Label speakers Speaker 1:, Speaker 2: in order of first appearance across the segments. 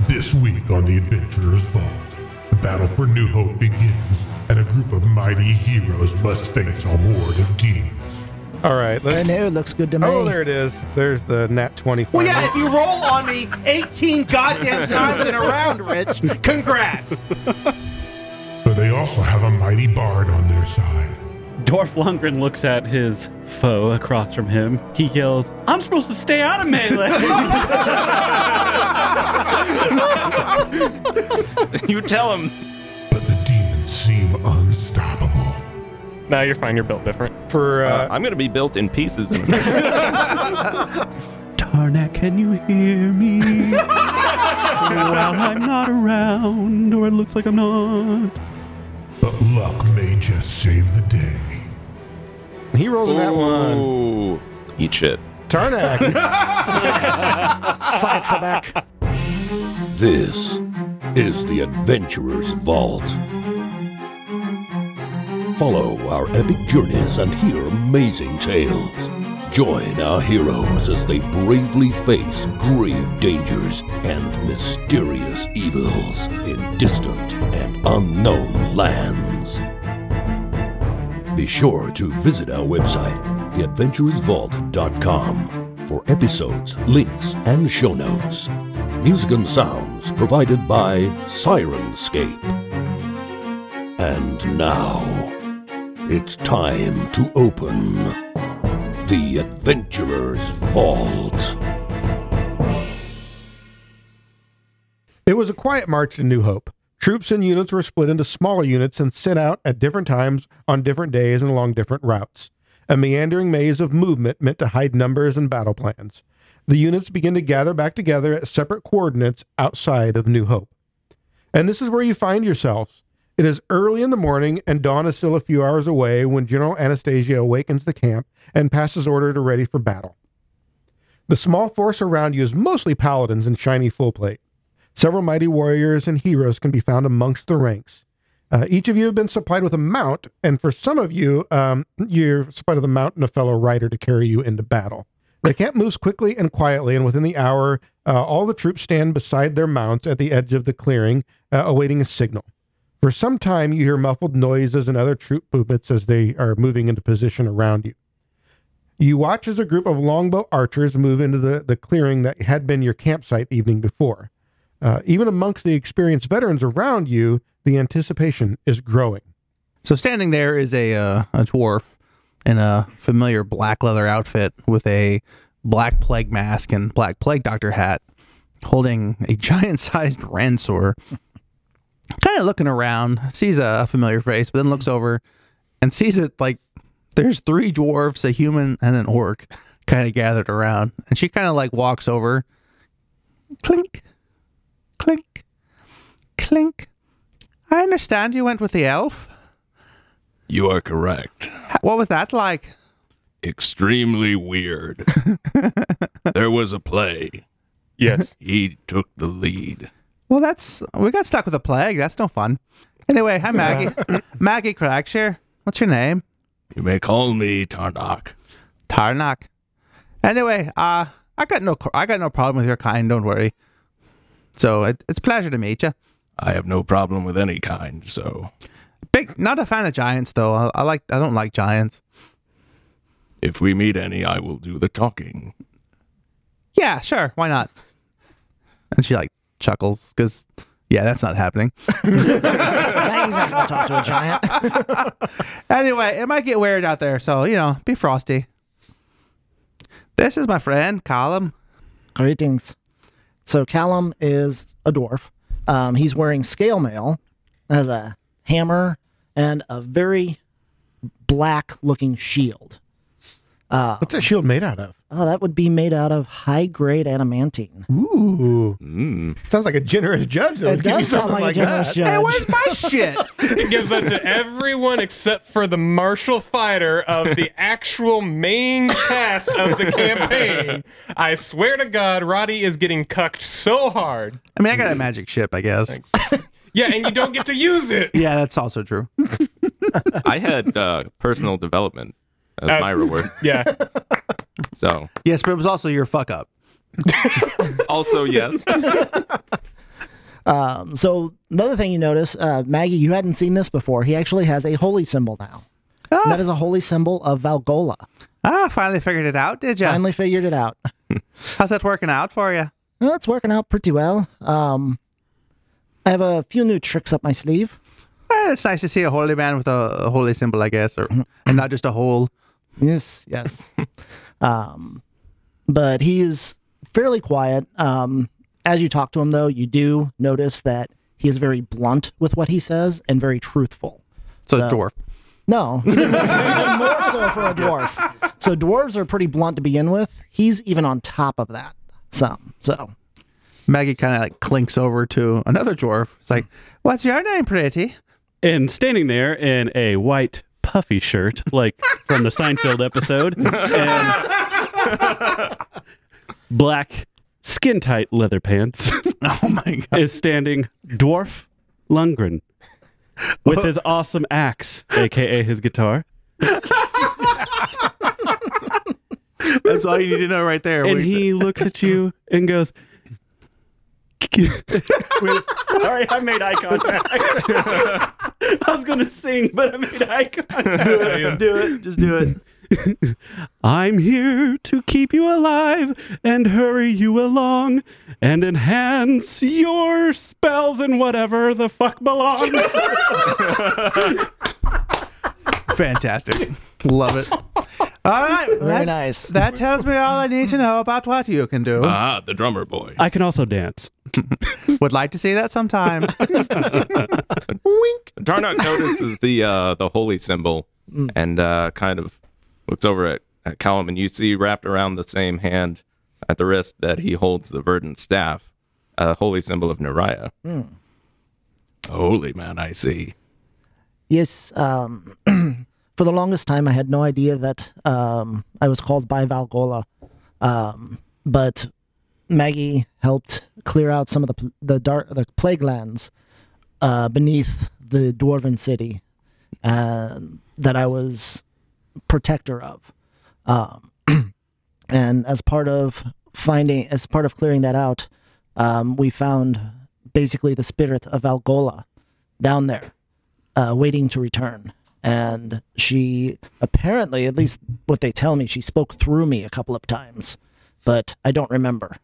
Speaker 1: This week on The Adventurer's Vault, the battle for New Hope begins, and a group of mighty heroes must face a horde of demons.
Speaker 2: All right.
Speaker 3: I
Speaker 2: Let's,
Speaker 3: know, it looks good to me.
Speaker 2: oh, there it is. There's the nat 20.
Speaker 4: Well, yeah,
Speaker 2: finally.
Speaker 4: if you roll on me 18 goddamn times in a round, Rich, congrats.
Speaker 1: But they also have a mighty bard on their side.
Speaker 5: Dwarf Lundgren looks at his foe across from him. He yells, I'm supposed to stay out of melee.
Speaker 6: you tell him.
Speaker 1: But the demons seem unstoppable.
Speaker 7: Now you're fine. You're built different.
Speaker 2: For
Speaker 6: Uh,
Speaker 2: uh,
Speaker 6: I'm going to be built in pieces. In a minute.
Speaker 5: Tarnak, can you hear me? While I'm not around, or it looks like I'm not.
Speaker 1: But luck may just save the day.
Speaker 2: he rolls in that one.
Speaker 6: Ooh. Eat shit.
Speaker 2: Tarnak.
Speaker 3: Sidetrack.
Speaker 8: This is the Adventurer's Vault. Follow our epic journeys and hear amazing tales. Join our heroes as they bravely face grave dangers and mysterious evils in distant and unknown lands. Be sure to visit our website, theadventurousvault.com, for episodes, links, and show notes. Music and sounds provided by Sirenscape. And now, it's time to open the Adventurer's Vault.
Speaker 2: it was a quiet march in New Hope. Troops and units were split into smaller units and sent out at different times on different days and along different routes. A meandering maze of movement meant to hide numbers and battle plans. The units begin to gather back together at separate coordinates outside of New Hope. And this is where you find yourselves. It is early in the morning, and dawn is still a few hours away when General Anastasia awakens the camp and passes order to ready for battle. The small force around you is mostly paladins in shiny full plate. Several mighty warriors and heroes can be found amongst the ranks. Uh, each of you have been supplied with a mount, and for some of you, um, you're supplied with a mount and a fellow rider to carry you into battle. The camp moves quickly and quietly, and within the hour, uh, all the troops stand beside their mounts at the edge of the clearing, uh, awaiting a signal. For some time, you hear muffled noises and other troop movements as they are moving into position around you. You watch as a group of longbow archers move into the, the clearing that had been your campsite the evening before. Uh, even amongst the experienced veterans around you, the anticipation is growing.
Speaker 4: So standing there is a uh, a dwarf in a familiar black leather outfit with a black plague mask and black plague doctor hat, holding a giant sized ransor. Kind of looking around, sees a, a familiar face, but then looks over and sees it like there's three dwarfs, a human, and an orc, kind of gathered around. And she kind of like walks over, clink, clink, clink. I understand you went with the elf.
Speaker 9: You are correct.
Speaker 4: What was that like?
Speaker 9: Extremely weird. there was a play.
Speaker 7: Yes.
Speaker 9: He took the lead.
Speaker 4: Well, that's we got stuck with a plague. That's no fun. Anyway, hi Maggie. Maggie Crackshire. What's your name?
Speaker 9: You may call me Tarnak.
Speaker 4: Tarnak. Anyway, uh, I got no I got no problem with your kind. Don't worry. So it, it's a pleasure to meet you.
Speaker 9: I have no problem with any kind, so
Speaker 4: Big, not a fan of giants though. I, I like I don't like giants.
Speaker 9: if we meet any, I will do the talking.
Speaker 4: Yeah, sure. Why not? And she like chuckles because yeah, that's not happening.
Speaker 3: He's not going to talk to a giant.
Speaker 4: Anyway, it might get weird out there, so you know, be frosty. This is my friend Colum.
Speaker 3: Greetings. So Callum is a dwarf. Um, he's wearing scale mail, has a hammer, and a very black-looking shield. Uh,
Speaker 2: What's that shield made out of?
Speaker 3: oh, that would be made out of high-grade adamantine.
Speaker 2: Ooh,
Speaker 6: Mm.
Speaker 2: sounds like a generous judge. That
Speaker 3: It
Speaker 2: would give you
Speaker 3: does sound
Speaker 2: something like,
Speaker 3: like, a generous
Speaker 2: that.
Speaker 3: judge.
Speaker 4: Hey, where's my shit?
Speaker 7: It gives that to everyone except for the martial fighter of the actual main cast of the campaign. I swear to God, Roddy is getting cucked so hard.
Speaker 4: I mean, I got a magic ship, I guess.
Speaker 7: Yeah, and you don't get to use it.
Speaker 4: Yeah, that's also true.
Speaker 6: I had uh, personal development as
Speaker 7: Uh,
Speaker 6: my reward.
Speaker 7: Yeah.
Speaker 6: So,
Speaker 4: Yes, but it was also your fuck up.
Speaker 6: also, yes.
Speaker 2: Mm-hmm.
Speaker 3: Um, so another thing you notice, uh, Maggie, you hadn't seen this before. He actually has a holy symbol now.
Speaker 4: Ah.
Speaker 3: And that is a holy symbol of Valgola.
Speaker 4: Ah, finally figured it out, did you?
Speaker 3: Finally figured it out.
Speaker 4: How's that working out for you?
Speaker 3: Well, it's working out pretty well. Um, I have a few new tricks up my sleeve.
Speaker 4: Well, it's nice to see a holy man with a, a holy symbol, I guess, or and not just a hole.
Speaker 3: Yes, yes. um, but he is fairly quiet. Um, as you talk to him, though, you do notice that he is very blunt with what he says and very truthful.
Speaker 4: So, a dwarf.
Speaker 3: No, even more so for a dwarf. So dwarves are pretty blunt to begin with. He's even on top of that. Some so.
Speaker 4: Maggie kind of like clinks over to another dwarf. It's like, "What's your name, pretty?"
Speaker 5: And standing there in a white puffy shirt, like from the Seinfeld episode, and black skin tight leather pants,
Speaker 4: Oh my god!
Speaker 5: is standing Dwarf Lundgren with his awesome axe, aka his guitar.
Speaker 4: That's all you need to know right there.
Speaker 5: And
Speaker 4: We-
Speaker 5: he looks at you and goes, Sorry, I made eye contact. I was going to sing, but I made eye contact.
Speaker 4: do it, do it, just do it.
Speaker 5: I'm here to keep you alive and hurry you along and enhance your spells and whatever the fuck belongs.
Speaker 4: Fantastic, love it. All right,
Speaker 3: Very
Speaker 4: that,
Speaker 3: nice. Uh.
Speaker 4: that tells me all I need to know about what you can do.
Speaker 9: Ah, the drummer boy.
Speaker 5: I can also dance.
Speaker 4: Would like to see that sometime.
Speaker 6: Darnock notices the uh, the holy symbol
Speaker 3: Mm.
Speaker 6: and uh, kind of looks over at, at Callum, and you see wrapped around the same hand at the wrist that he holds the verdant staff, a holy symbol of Neriah.
Speaker 4: Mm.
Speaker 9: Holy man, I see.
Speaker 3: Yes. Um, for the longest time, I had no idea that um, I was called by Valgola. Um, but Maggie helped clear out some of the pl- the dark the plague lands uh, beneath the dwarven city uh, that I was protector of. Um, and as part of finding, as part of clearing that out, um, we found basically the spirit of Valgola down there uh, waiting to return. And she apparently, at least what they tell me, she spoke through me a couple of times, but I don't remember.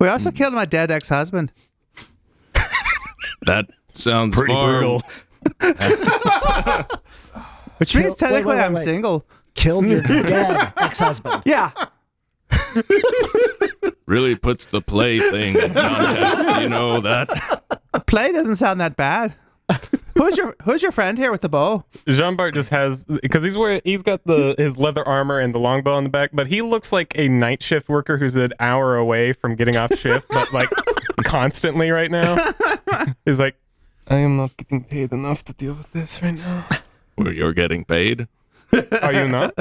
Speaker 4: we also killed my dead ex-husband.
Speaker 9: That sounds pretty
Speaker 5: brutal.
Speaker 4: Which means technically
Speaker 3: wait, wait,
Speaker 4: I'm
Speaker 3: wait.
Speaker 4: single.
Speaker 3: Killed your dead ex husband.
Speaker 4: Yeah.
Speaker 9: Really puts the play thing in context. you know that?
Speaker 4: Play doesn't sound that bad. Who's your who's your friend here with the bow?
Speaker 7: Jean Bart just has because he's wearing he's got the his leather armor and the longbow on the back, but he looks like a night shift worker who's an hour away from getting off shift, but like constantly right now. he's like, I am not getting paid enough to deal with this right now.
Speaker 9: Where you're getting paid?
Speaker 7: Are you not?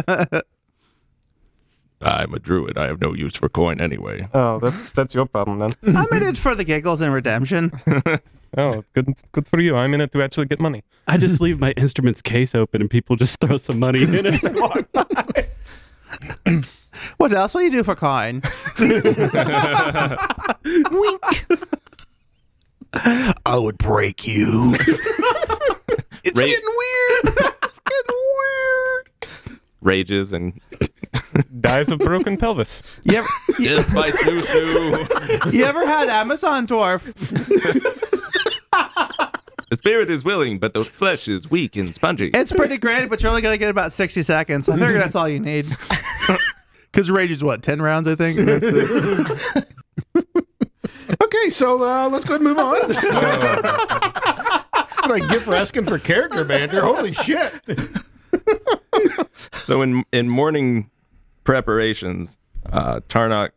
Speaker 9: I'm a druid. I have no use for coin anyway.
Speaker 7: Oh, that's that's your problem then.
Speaker 4: I'm in it for the giggles and redemption.
Speaker 7: Oh, good good for you. I'm in it to actually get money.
Speaker 5: I just leave my instruments case open and people just throw some money in it. and walk by.
Speaker 4: What else will you do for coin?
Speaker 3: Wink.
Speaker 4: I would break you. it's
Speaker 6: Ra-
Speaker 4: getting weird. it's getting weird.
Speaker 6: Rages and
Speaker 7: Dies of broken pelvis.
Speaker 4: You ever, you,
Speaker 9: Death by Snoo
Speaker 4: you ever had Amazon dwarf?
Speaker 6: the spirit is willing, but the flesh is weak and spongy.
Speaker 4: It's pretty great, but you're only gonna get about sixty seconds. I figure that's all you need. Because rage is what ten rounds, I think. That's it.
Speaker 2: Okay, so uh, let's go ahead and move on. what I get for asking for character banter. Holy shit.
Speaker 6: So in in morning preparations, uh, Tarnok,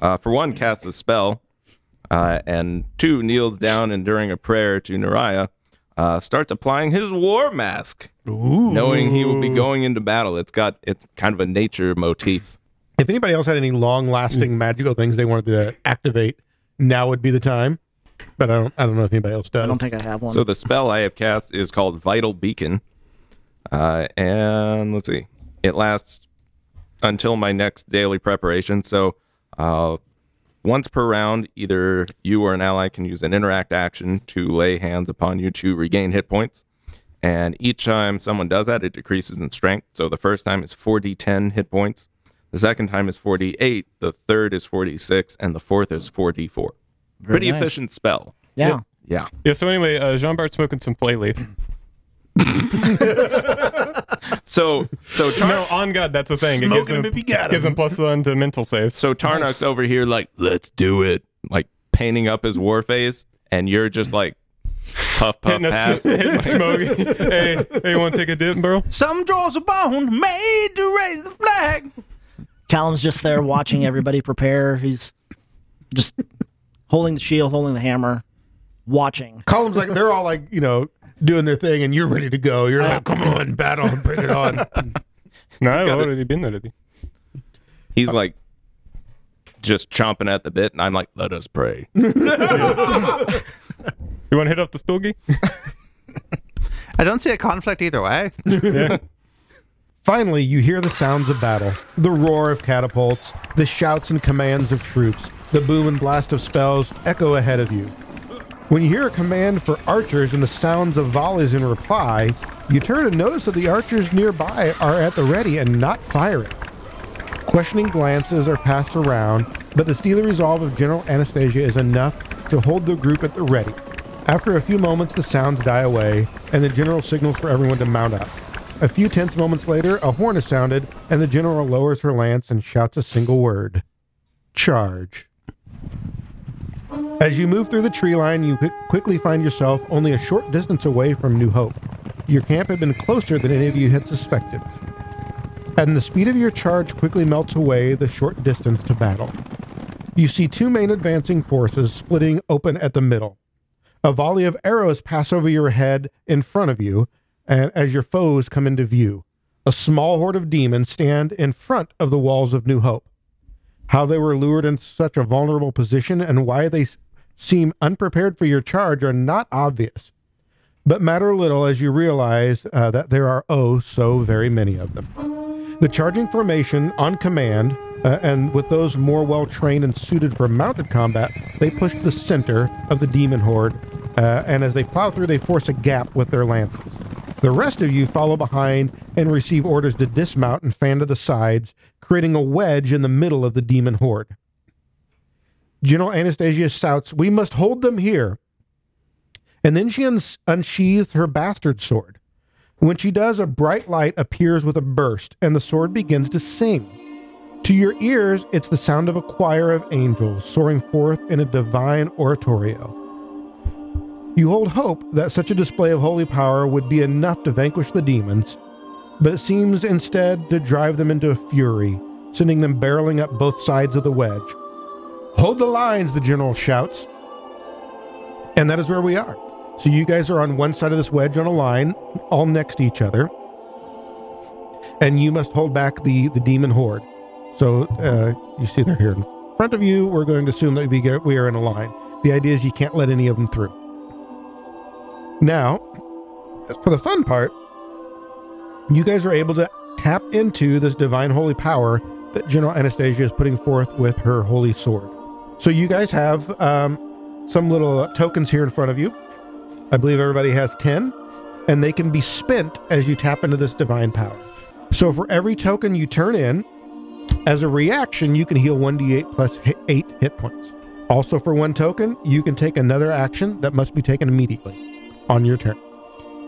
Speaker 6: uh, for one, casts a spell, uh, and two kneels down and during a prayer to Nariah, uh, starts applying his war mask, knowing he will be going into battle. It's got it's kind of a nature motif.
Speaker 2: If anybody else had any long lasting magical things they wanted to activate, now would be the time. But I don't I don't know if anybody else does.
Speaker 3: I don't think I have one.
Speaker 6: So the spell I have cast is called Vital Beacon, uh, and let's see, it lasts until my next daily preparation. So uh, Once per round, either you or an ally can use an interact action to lay hands upon you to regain hit points. And each time someone does that, it decreases in strength. So the first time is 4d10 hit points. The second time is 48. The third is 46. And the fourth is 4d4. Pretty
Speaker 3: nice.
Speaker 6: efficient spell.
Speaker 3: Yeah.
Speaker 6: Yeah.
Speaker 7: Yeah. So anyway, uh, Jean Bart's smoking some play leaf.
Speaker 6: So, so Tar-
Speaker 7: No, on God, that's a thing. It gives him, gives him plus one to mental saves.
Speaker 6: So Tarnok's over here, like, let's do it, like painting up his war face, and you're just like, puff, puff,
Speaker 7: Hitting a,
Speaker 6: pass.
Speaker 7: s- hitting a smoke. hey, hey, you want to take a dip, bro?
Speaker 4: Some draws a bone made to raise the flag.
Speaker 3: Callum's just there watching everybody prepare. He's just holding the shield, holding the hammer, watching.
Speaker 2: Columns like they're all like you know doing their thing, and you're ready to go. You're like, come on, battle, bring it on.
Speaker 7: No, I've already been there. Already.
Speaker 6: He's like, just chomping at the bit, and I'm like, let us pray.
Speaker 7: You want to hit off the stogie?
Speaker 4: I don't see a conflict either way.
Speaker 2: Finally, you hear the sounds of battle the roar of catapults, the shouts and commands of troops, the boom and blast of spells echo ahead of you. When you hear a command for archers and the sounds of volleys in reply, you turn and notice that the archers nearby are at the ready and not firing. Questioning glances are passed around, but the steely resolve of General Anastasia is enough to hold the group at the ready. After a few moments, the sounds die away, and the general signals for everyone to mount up. A few tense moments later, a horn is sounded, and the general lowers her lance and shouts a single word Charge. As you move through the tree line, you qui- quickly find yourself only a short distance away from New Hope. Your camp had been closer than any of you had suspected and the speed of your charge quickly melts away the short distance to battle. You see two main advancing forces splitting open at the middle. A volley of arrows pass over your head in front of you, and as your foes come into view, a small horde of demons stand in front of the walls of New Hope. How they were lured into such a vulnerable position and why they s- seem unprepared for your charge are not obvious, but matter little as you realize uh, that there are oh so very many of them. The charging formation on command, uh, and with those more well trained and suited for mounted combat, they push the center of the demon horde, uh, and as they plow through, they force a gap with their lances. The rest of you follow behind and receive orders to dismount and fan to the sides, creating a wedge in the middle of the demon horde. General Anastasia shouts, We must hold them here. And then she uns- unsheathes her bastard sword. When she does, a bright light appears with a burst, and the sword begins to sing. To your ears, it's the sound of a choir of angels soaring forth in a divine oratorio. You hold hope that such a display of holy power would be enough to vanquish the demons, but it seems instead to drive them into a fury, sending them barreling up both sides of the wedge. Hold the lines, the general shouts. And that is where we are. So you guys are on one side of this wedge on a line, all next to each other, and you must hold back the the demon horde. So uh, you see they're here in front of you. We're going to assume that we get, we are in a line. The idea is you can't let any of them through. Now, as for the fun part, you guys are able to tap into this divine holy power that General Anastasia is putting forth with her holy sword. So you guys have um, some little tokens here in front of you. I believe everybody has 10, and they can be spent as you tap into this divine power. So for every token you turn in, as a reaction, you can heal 1d8 plus hi- 8 hit points. Also, for one token, you can take another action that must be taken immediately on your turn.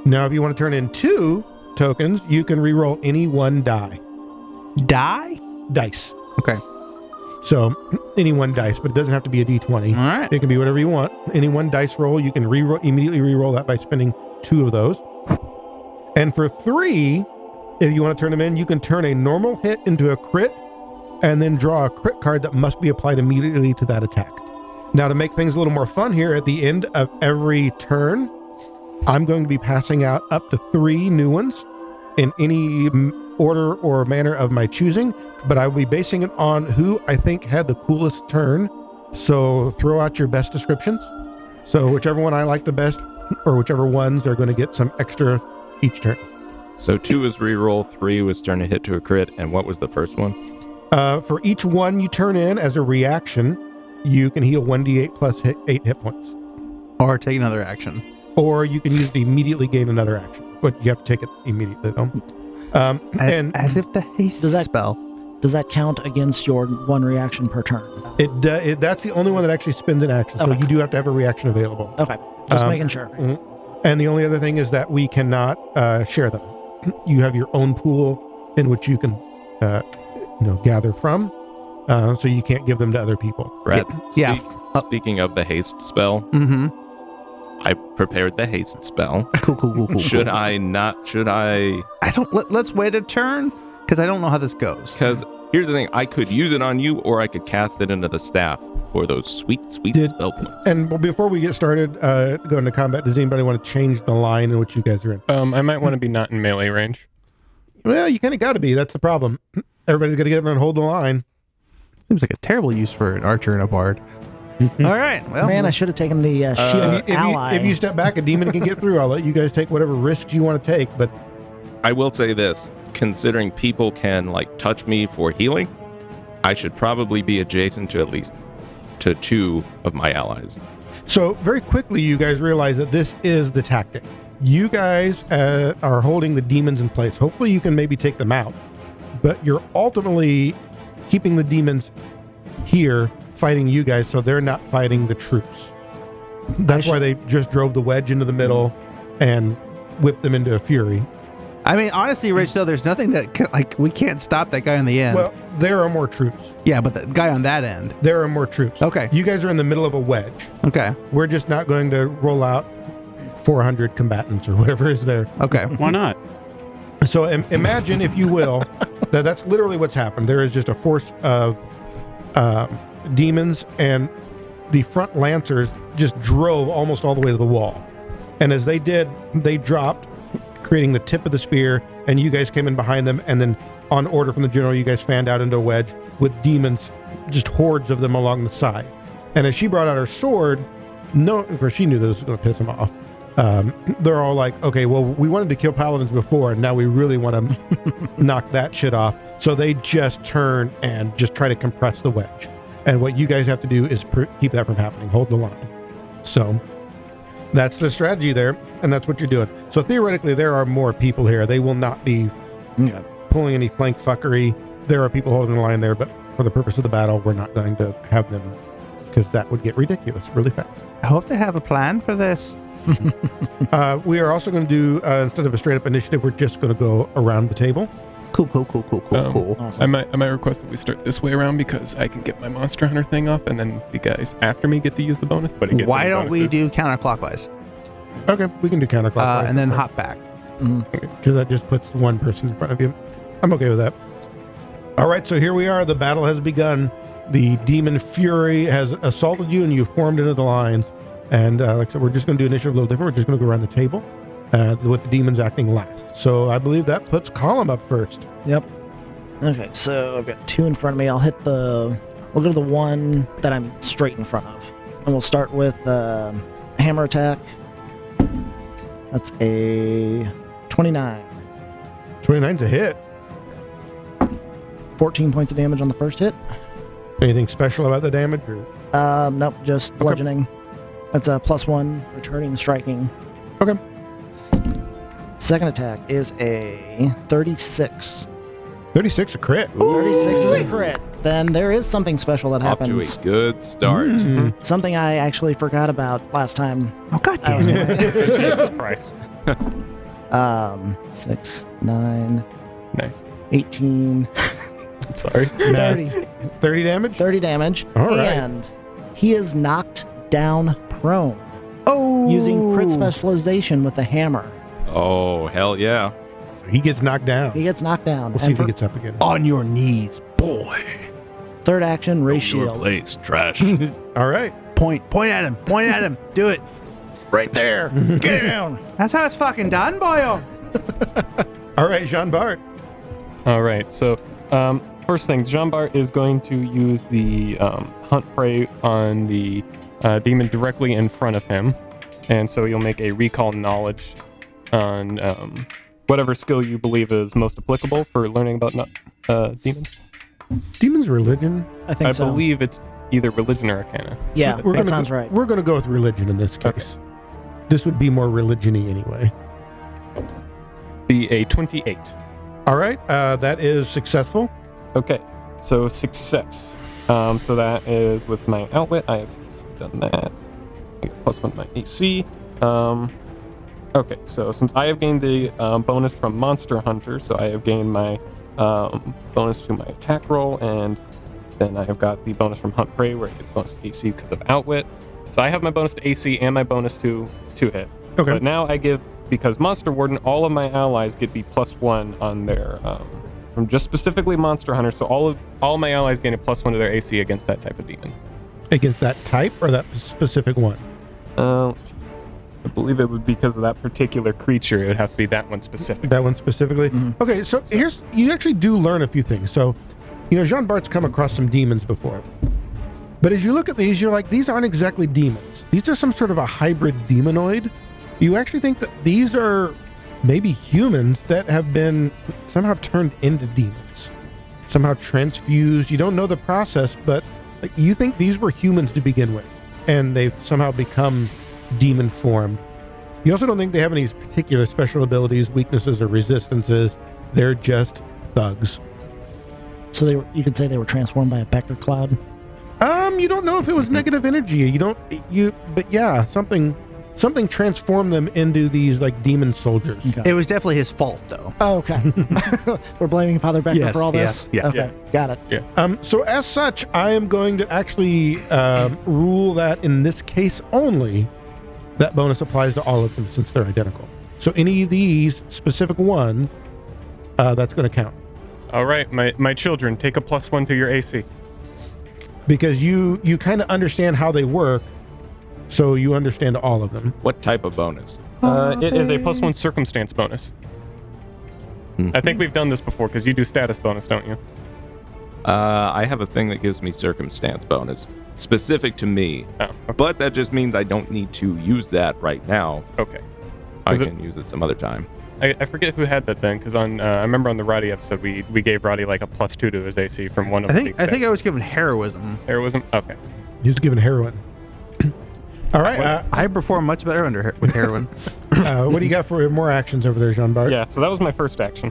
Speaker 2: Now, if you want to turn in two tokens, you can reroll any one die.
Speaker 4: Die?
Speaker 2: Dice.
Speaker 4: Okay.
Speaker 2: So, any one dice, but it doesn't have to be a d20.
Speaker 4: All right.
Speaker 2: It can be whatever you want. Any one dice roll, you can re immediately reroll that by spending two of those. And for three, if you want to turn them in, you can turn a normal hit into a crit and then draw a crit card that must be applied immediately to that attack. Now, to make things a little more fun here, at the end of every turn, I'm going to be passing out up to three new ones in any mm, order or manner of my choosing, but I will be basing it on who I think had the coolest turn so throw out your best descriptions. So whichever one I like the best, or whichever ones are going to get some extra each turn.
Speaker 6: So two was reroll, three was turn a hit to a crit, and what was the first one?
Speaker 2: Uh, for each one you turn in as a reaction, you can heal 1d8 plus hit, 8 hit points.
Speaker 4: or take another action.
Speaker 2: Or you can use it to immediately gain another action, but you have to take it immediately, though. Um,
Speaker 4: As,
Speaker 2: and
Speaker 4: as if the haste
Speaker 3: Does that-
Speaker 4: spell.
Speaker 3: Does that count against your one reaction per turn?
Speaker 2: it, do- it that's the only one that actually spends an action, so
Speaker 3: Okay.
Speaker 2: you do have to have a reaction available.
Speaker 3: Okay, just
Speaker 2: Um,
Speaker 3: making sure.
Speaker 2: And the only other thing is that we cannot uh, share them. You have your own pool in which you can, uh, you know, gather from. Uh, so you can't give them to other people.
Speaker 6: Brett,
Speaker 4: Yeah.
Speaker 6: speak- Speaking of the haste spell,
Speaker 4: Mm-hmm.
Speaker 6: I prepared the haste spell.
Speaker 4: Cool, cool, cool, cool.
Speaker 6: Should
Speaker 4: cool.
Speaker 6: I not? Should I?
Speaker 4: I don't. Let, let's wait a turn because I don't know how this goes.
Speaker 6: Because here's the thing: I could use it on you, or I could cast it into the staff for those sweet, sweet
Speaker 2: Did-
Speaker 6: spell points.
Speaker 2: And well, before we get started, uh, go into combat. Does anybody want to change the line in which you guys are in?
Speaker 7: Um, I might want to be not in melee range.
Speaker 2: Well, you kind of got to be. That's the problem. Everybody's got to get up there and hold the line.
Speaker 4: Seems like a terrible use for an archer and a bard. All right. Well,
Speaker 3: Man, I should have taken the uh, shield
Speaker 2: If, you,
Speaker 3: ally.
Speaker 2: if you step back, a demon can get through. I'll let you guys take whatever risks you want to take. But
Speaker 6: I will say this: considering people can like touch me for healing, I should probably be adjacent to at least to two of my allies.
Speaker 2: So very quickly, you guys realize that this is the tactic. You guys uh, are holding the demons in place. Hopefully, you can maybe take them out, but you're ultimately keeping the demons here fighting you guys, so they're not fighting the troops. That's why they just drove the wedge into the middle and whipped them into a fury.
Speaker 4: I mean, honestly, Rich, though, there's nothing that ca- like we can't stop that guy on the end.
Speaker 2: Well, there are more troops.
Speaker 4: yeah, but the guy on that end.
Speaker 2: There are more troops.
Speaker 4: Okay.
Speaker 2: You guys are in the middle of a wedge.
Speaker 4: Okay.
Speaker 2: We're just not going to roll out 400 combatants or whatever is there.
Speaker 4: Okay.
Speaker 5: Why not?
Speaker 2: So Im- imagine, if you will, that that's literally what's happened. There is just a force of um demons, and the front lancers just drove almost all the way to the wall. And as they did, they dropped, creating the tip of the spear, and you guys came in behind them. And then, on order from the general, you guys fanned out into a wedge with demons, just hordes of them along the side. And as she brought out her sword, no, of course, she knew this was going to piss them off um, they're all like, okay, well, we wanted to kill paladins before, and now we really want to knock that shit off. So they just turn and just try to compress the wedge. And what you guys have to do is pr- keep that from happening. Hold the line. So that's the strategy there, and that's what you're doing. So theoretically, there are more people here. They will not be
Speaker 3: Yeah.
Speaker 2: pulling any flank fuckery. There are people holding the line there, but for the purpose of the battle, we're not going to have them because that would get ridiculous really fast.
Speaker 4: I hope they have a plan for this.
Speaker 2: Uh, we are also going to do uh, instead of a straight up initiative, we're just going to go around the table.
Speaker 4: Cool, cool, cool, cool, cool,
Speaker 7: Um,
Speaker 4: cool.
Speaker 3: Awesome.
Speaker 7: I might I might request that we start this way around because I can get my monster hunter thing off, and then the guys after me get to use the bonus. But it gets
Speaker 4: Why
Speaker 7: any
Speaker 4: don't we do
Speaker 7: bonuses.
Speaker 4: counterclockwise
Speaker 2: Okay, we can do counterclockwise,
Speaker 4: uh, and then hop back?
Speaker 2: because that just puts one person in front of you. I'm okay with that. All right, so here we are. The battle has begun. The demon fury has assaulted you, and you formed into the lines. And uh, like I said, we're just going to do initiative a little different. We're just going to go around the table uh, with the demons acting last. So I believe that puts column up first.
Speaker 3: Yep. Okay, so I've got two in front of me. I'll hit the. We'll go to the one that I'm straight in front of, and we'll start with uh, hammer attack. That's a 29.
Speaker 2: 29's a hit.
Speaker 3: 14 points of damage on the first hit.
Speaker 2: Anything special about the damage? Or?
Speaker 3: Um, nope, just bludgeoning. That's a plus one, returning, striking.
Speaker 2: Okay.
Speaker 3: Second attack is a 36.
Speaker 2: 36 a crit.
Speaker 3: 36 is a crit. Then there is something special that
Speaker 6: Off to
Speaker 3: happens. Mm-hmm.
Speaker 6: a good start.
Speaker 2: Mm.
Speaker 3: Something I actually forgot about last time
Speaker 4: Oh god
Speaker 3: I was
Speaker 4: damn it!
Speaker 3: playing.
Speaker 7: Jesus Christ!
Speaker 3: um, six, nine,
Speaker 7: Nice.
Speaker 3: 18,
Speaker 7: I'm sorry.
Speaker 3: 30,
Speaker 2: 30 damage?
Speaker 3: 30 damage.
Speaker 2: All right.
Speaker 3: And he is knocked down prone
Speaker 4: Oh,
Speaker 3: using crit specialization with the hammer.
Speaker 6: Oh hell yeah!
Speaker 2: So he gets knocked down.
Speaker 3: He gets knocked down.
Speaker 2: We'll see
Speaker 3: And
Speaker 2: if he
Speaker 3: for
Speaker 2: gets up again.
Speaker 4: on your knees, boy.
Speaker 3: third action, raise
Speaker 9: Hold your
Speaker 3: shield.
Speaker 9: place, trash.
Speaker 2: All right.
Speaker 4: Point, point at him, point at him. Do it.
Speaker 3: Right there. Get down.
Speaker 4: That's how it's fucking done, boyo.
Speaker 2: All right, Jean Bart.
Speaker 7: All right. So, um, first thing, Jean Bart is going to use the um, hunt prey on the uh, demon directly in front of him, and so you'll make a recall knowledge on um, whatever skill you believe is most applicable for learning about no- uh, demons.
Speaker 2: Demon's religion.
Speaker 3: I think
Speaker 7: I
Speaker 3: so.
Speaker 7: believe it's either religion or arcana.
Speaker 3: Yeah,
Speaker 2: We're
Speaker 3: that
Speaker 2: gonna
Speaker 3: sounds
Speaker 2: go,
Speaker 3: right.
Speaker 2: We're going to go with religion in this case. This would be more religiony anyway.
Speaker 7: Be a 28.
Speaker 2: All right, uh, that is successful.
Speaker 7: Okay, so success. Um, so that is with my outwit. I have successfully done that. I get plus one to my AC. Um, okay, so since I have gained the um, bonus from Monster Hunter, so I have gained my um, bonus to my attack roll, and then I have got the bonus from Hunt Prey, where I get bonus to AC because of outwit. So I have my bonus to AC and my bonus to to hit.
Speaker 2: Okay.
Speaker 7: But now I give because Monster Warden, all of my allies get the plus one on their um, from just specifically Monster Hunter. So all of all my allies gain a plus one to their AC against that type of demon.
Speaker 2: Against that type or that specific one?
Speaker 7: Uh, I believe it would be because of that particular creature. It would have to be that one specific.
Speaker 2: That one specifically? Okay, so here's you actually do learn a few things. So, you know, Jean Bart's come across some demons before. But as you look at these, you're like, these aren't exactly demons. These are some sort of a hybrid demonoid. You actually think that these are maybe humans that have been somehow turned into demons, somehow transfused. You don't know the process, but like, you think these were humans to begin with, and they've somehow become demon formed. You also don't think they have any particular special abilities, weaknesses, or resistances. They're just thugs.
Speaker 3: So they were, you could say they were transformed by a Becker cloud.
Speaker 2: Um, you don't know if it was negative energy. You don't you, but yeah, something something transformed them into these like demon soldiers.
Speaker 4: It was definitely his fault, though.
Speaker 3: Oh, okay. we're blaming Father Becker
Speaker 4: Yes,
Speaker 3: for all
Speaker 4: yes,
Speaker 3: this.
Speaker 4: yeah.
Speaker 3: okay, got it.
Speaker 2: Um, so as such, I am going to actually um, rule that in this case only, that bonus applies to all of them since they're identical. So any of these specific ones, uh, that's going to count.
Speaker 7: All right, my my children, take a plus one to your AC.
Speaker 2: because you you kind of understand how they work so you understand all of them
Speaker 6: What type of bonus?
Speaker 7: Uh, it is a plus one circumstance bonus. I think we've done this before because you do status bonus, don't you?
Speaker 6: Uh, I have a thing that gives me circumstance bonus specific to me,
Speaker 7: Oh,
Speaker 6: but that just means I don't need to use that right now.
Speaker 7: okay.
Speaker 6: I
Speaker 7: Is it-
Speaker 6: can use it some other time.
Speaker 7: I, I forget who had that then, because on uh, I remember on the Roddy episode we we gave Roddy like a plus two to his AC from one of
Speaker 4: I think
Speaker 7: the
Speaker 4: I think I was given heroism.
Speaker 7: heroism. Okay,
Speaker 2: he's given heroin all right uh,
Speaker 4: I perform much better under her- with heroin.
Speaker 2: uh, what do you got for more actions over there jean bart
Speaker 7: yeah. So that was my first action.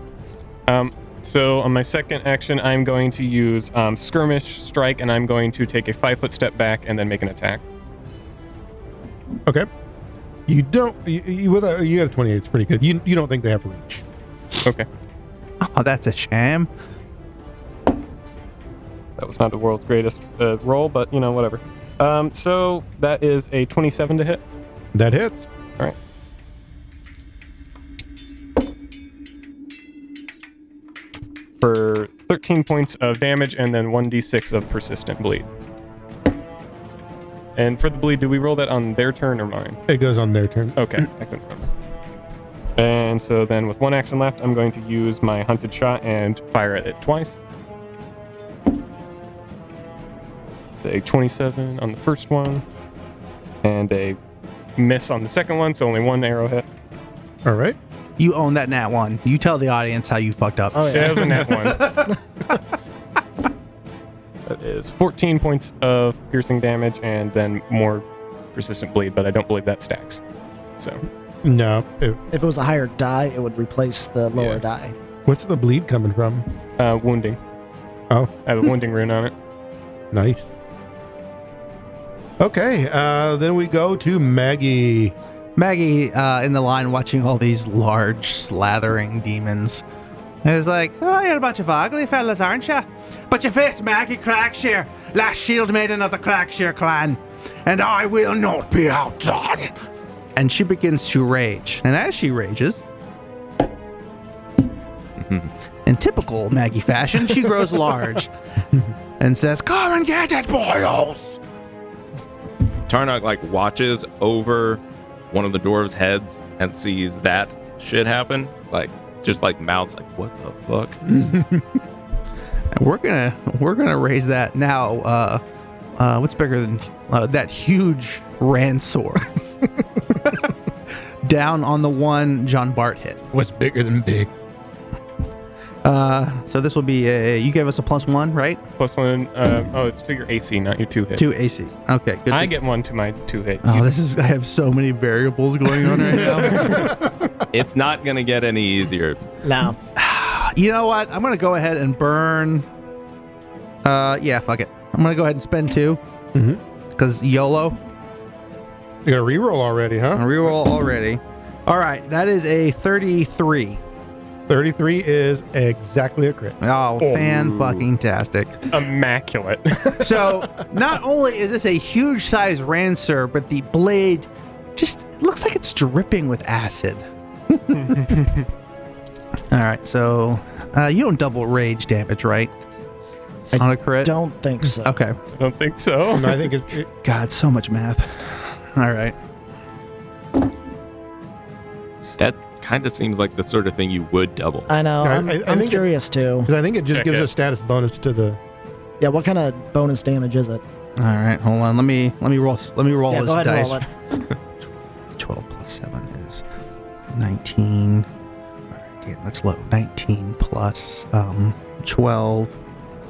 Speaker 7: Um, so on my second action, I'm going to use um, skirmish strike, and I'm going to take a five foot step back and then make an attack.
Speaker 2: okay you don't you, you with a you got a 28 it's pretty good you you don't think they have reach
Speaker 7: Okay,
Speaker 4: oh, that's a sham.
Speaker 7: that was not the world's greatest uh, roll, but you know whatever. Um, so that is a 27 to hit.
Speaker 2: that hits
Speaker 7: All right. For 13 points of damage and then 1d6 of persistent bleed. And for the bleed, do we roll that on their turn or mine?
Speaker 2: it goes on their turn
Speaker 7: Okay, I couldn't remember. And so then with one action left, I'm going to use my hunted shot and fire at it twice. A 27 on the first one, and a miss on the second one, so only one arrow hit.
Speaker 2: all right
Speaker 4: You own that nat one. You tell the audience how you fucked up.
Speaker 3: Oh yeah.
Speaker 7: Yeah, it was a nat one. that is 14 points of piercing damage and then more persistent bleed, but I don't believe that stacks. So
Speaker 2: no it-
Speaker 3: If it was a higher die, it would replace the lower
Speaker 6: Yeah.
Speaker 3: die.
Speaker 2: what's the bleed coming from
Speaker 7: Uh, wounding.
Speaker 2: Oh.
Speaker 7: I have a wounding rune on it.
Speaker 2: nice okay uh then we go to maggie
Speaker 4: Maggie uh, in the line watching all these large slathering demons. And it's like, oh, you're a bunch of ugly fellas, aren't you? But you face Maggie Crackshire, last shield maiden of the Crackshire clan, and I will not be outdone. And she begins to rage. And as she rages, in typical Maggie fashion, she grows large and says, Come and get it, boils!
Speaker 6: Tarnok like watches over one of the dwarves' heads and sees that shit happen. Like just like mouths like what the fuck?
Speaker 4: And we're gonna we're gonna raise that now. Uh, uh, what's bigger than uh, that huge Ransor down on the one John Bart hit?
Speaker 9: What's bigger than big?
Speaker 4: Uh, so this will be a, you gave us a plus one, right?
Speaker 7: Plus one. Uh, oh, it's to your AC, not your two hit.
Speaker 4: Two AC. Okay, good.
Speaker 7: I
Speaker 4: to-
Speaker 7: get one to my two hit.
Speaker 4: Oh,
Speaker 7: You-
Speaker 4: this is. I have so many variables going on right now.
Speaker 6: It's not going to get any easier.
Speaker 3: No.
Speaker 4: you know what? I'm gonna go ahead and burn. Uh, yeah, fuck it. I'm gonna go ahead and spend two.
Speaker 2: Mhm.
Speaker 4: Cause YOLO.
Speaker 2: You got a reroll already,
Speaker 4: I
Speaker 2: huh?
Speaker 4: reroll already. All right, that is a 33.
Speaker 2: 33 is exactly a crit.
Speaker 4: Oh, fan fucking tastic.
Speaker 7: immaculate.
Speaker 4: So not only is this a huge size rancer, but the blade just looks like it's dripping with acid. All right, so uh, you don't double rage damage, right?
Speaker 3: I
Speaker 4: On a crit.
Speaker 3: Don't think so.
Speaker 4: Okay.
Speaker 7: I don't think so.
Speaker 2: And I think it, it,
Speaker 4: God, so much math. All right.
Speaker 6: That kind of seems like the sort of thing you would double.
Speaker 2: Uh,
Speaker 3: I know.
Speaker 2: Yeah,
Speaker 3: I'm,
Speaker 2: I-
Speaker 3: I,
Speaker 2: I
Speaker 3: am
Speaker 2: think it-
Speaker 3: curious too.
Speaker 2: 'cause I think it just
Speaker 7: Check
Speaker 2: gives
Speaker 7: it.
Speaker 2: a status bonus to the.
Speaker 3: Yeah, what kind of bonus damage is it?
Speaker 4: All right, hold on. Let me let me roll s- let me roll
Speaker 3: yeah,
Speaker 4: this
Speaker 3: go ahead
Speaker 4: dice.
Speaker 3: and roll it.
Speaker 4: 12 plus 7 is 19. All right, Damn, that's low. 19 plus um, 12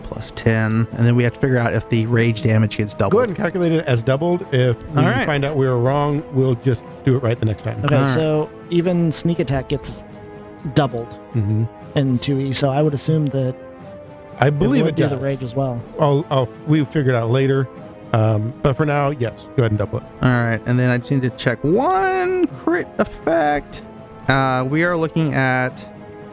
Speaker 4: plus 10. And then we have to figure out if the rage damage gets doubled.
Speaker 2: Go ahead and calculate it as doubled. If we
Speaker 4: All right.
Speaker 2: find out we were wrong, we'll just do it right the next time.
Speaker 3: Okay,
Speaker 4: All right.
Speaker 3: so even sneak attack gets doubled
Speaker 2: hmm
Speaker 3: in 2e, so I would assume that
Speaker 2: I believe
Speaker 3: would
Speaker 2: it,
Speaker 3: do
Speaker 2: does.
Speaker 3: the rage as well.
Speaker 2: I'll, I'll, we'll figure it out later. Um, but for now, yes, go ahead and double it.
Speaker 4: All right. And then I just need to check one crit effect. Uh, we are looking at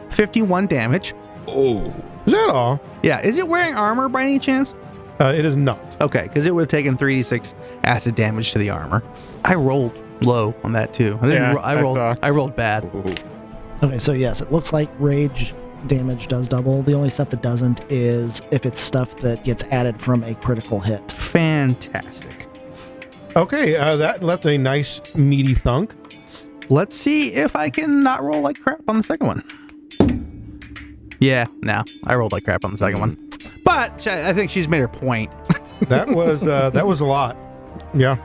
Speaker 4: 51 damage.
Speaker 6: Oh,
Speaker 2: Is that all?
Speaker 4: Yeah. Is it wearing armor by any chance?
Speaker 2: Uh, it is not.
Speaker 4: Okay, because it would have taken 3d6 acid damage to the armor. I rolled low on that too. I didn't.
Speaker 7: Yeah,
Speaker 4: ro- I
Speaker 7: I
Speaker 4: rolled.
Speaker 7: saw.
Speaker 4: I rolled bad.
Speaker 6: oh.
Speaker 3: Okay, so yes, it looks like rage damage does double. The only stuff that doesn't is if it's stuff that gets added from a critical hit.
Speaker 4: Fantastic.
Speaker 2: Okay, uh, that left a nice meaty thunk.
Speaker 4: Let's see if I can not roll like crap on the second one. Yeah, no, I rolled like crap on the second one. But sh- I think she's made her point.
Speaker 2: That was uh, that was a lot. Yeah.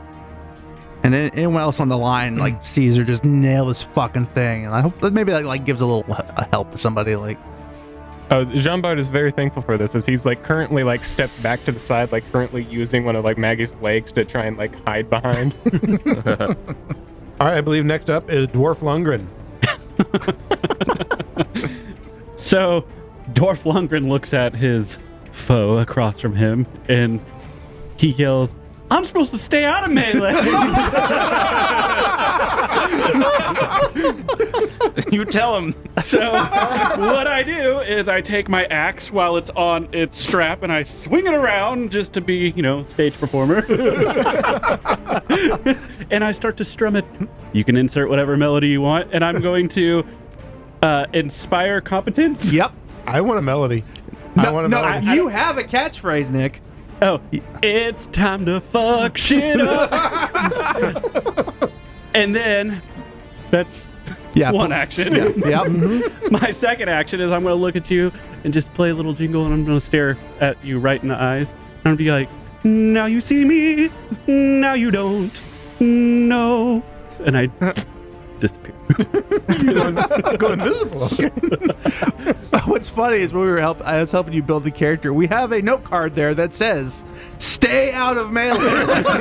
Speaker 4: And then anyone else on the line like sees her just nail this fucking thing, and I hope that maybe that like gives a little h- a help to somebody. Like,
Speaker 7: Uh, Jean Bart is very thankful for this, as he's like currently like stepped back to the side, like currently using one of like Maggie's legs to try and like hide behind.
Speaker 2: All right, I believe next up is Dwarf Lundgren.
Speaker 5: So, Dwarf Lundgren looks at his foe across from him and he yells, I'm supposed to stay out of melee.
Speaker 6: you tell him.
Speaker 5: so, what I do is I take my axe while it's on its strap and I swing it around just to be, you know, stage performer. and I start to strum it. You can insert whatever melody you want, and I'm going to uh, inspire competence.
Speaker 4: yep.
Speaker 2: I want a melody. I want a
Speaker 4: no,
Speaker 2: melody.
Speaker 4: you have a catchphrase, Nick.
Speaker 5: Oh, it's time to fuck shit up. and then that's
Speaker 4: Yeah.
Speaker 5: one
Speaker 4: pl-
Speaker 5: action.
Speaker 4: Yeah. yep.
Speaker 5: My second action is I'm going to look at you and just play a little jingle and I'm going to stare at you right in the eyes. And I'm going to be like, now you see me. Now you don't. No. And I disappear.
Speaker 2: go invisible. Okay.
Speaker 4: What's funny is when we were help, I was helping you build the character. We have a note card there that says, "Stay out of melee."
Speaker 5: and, all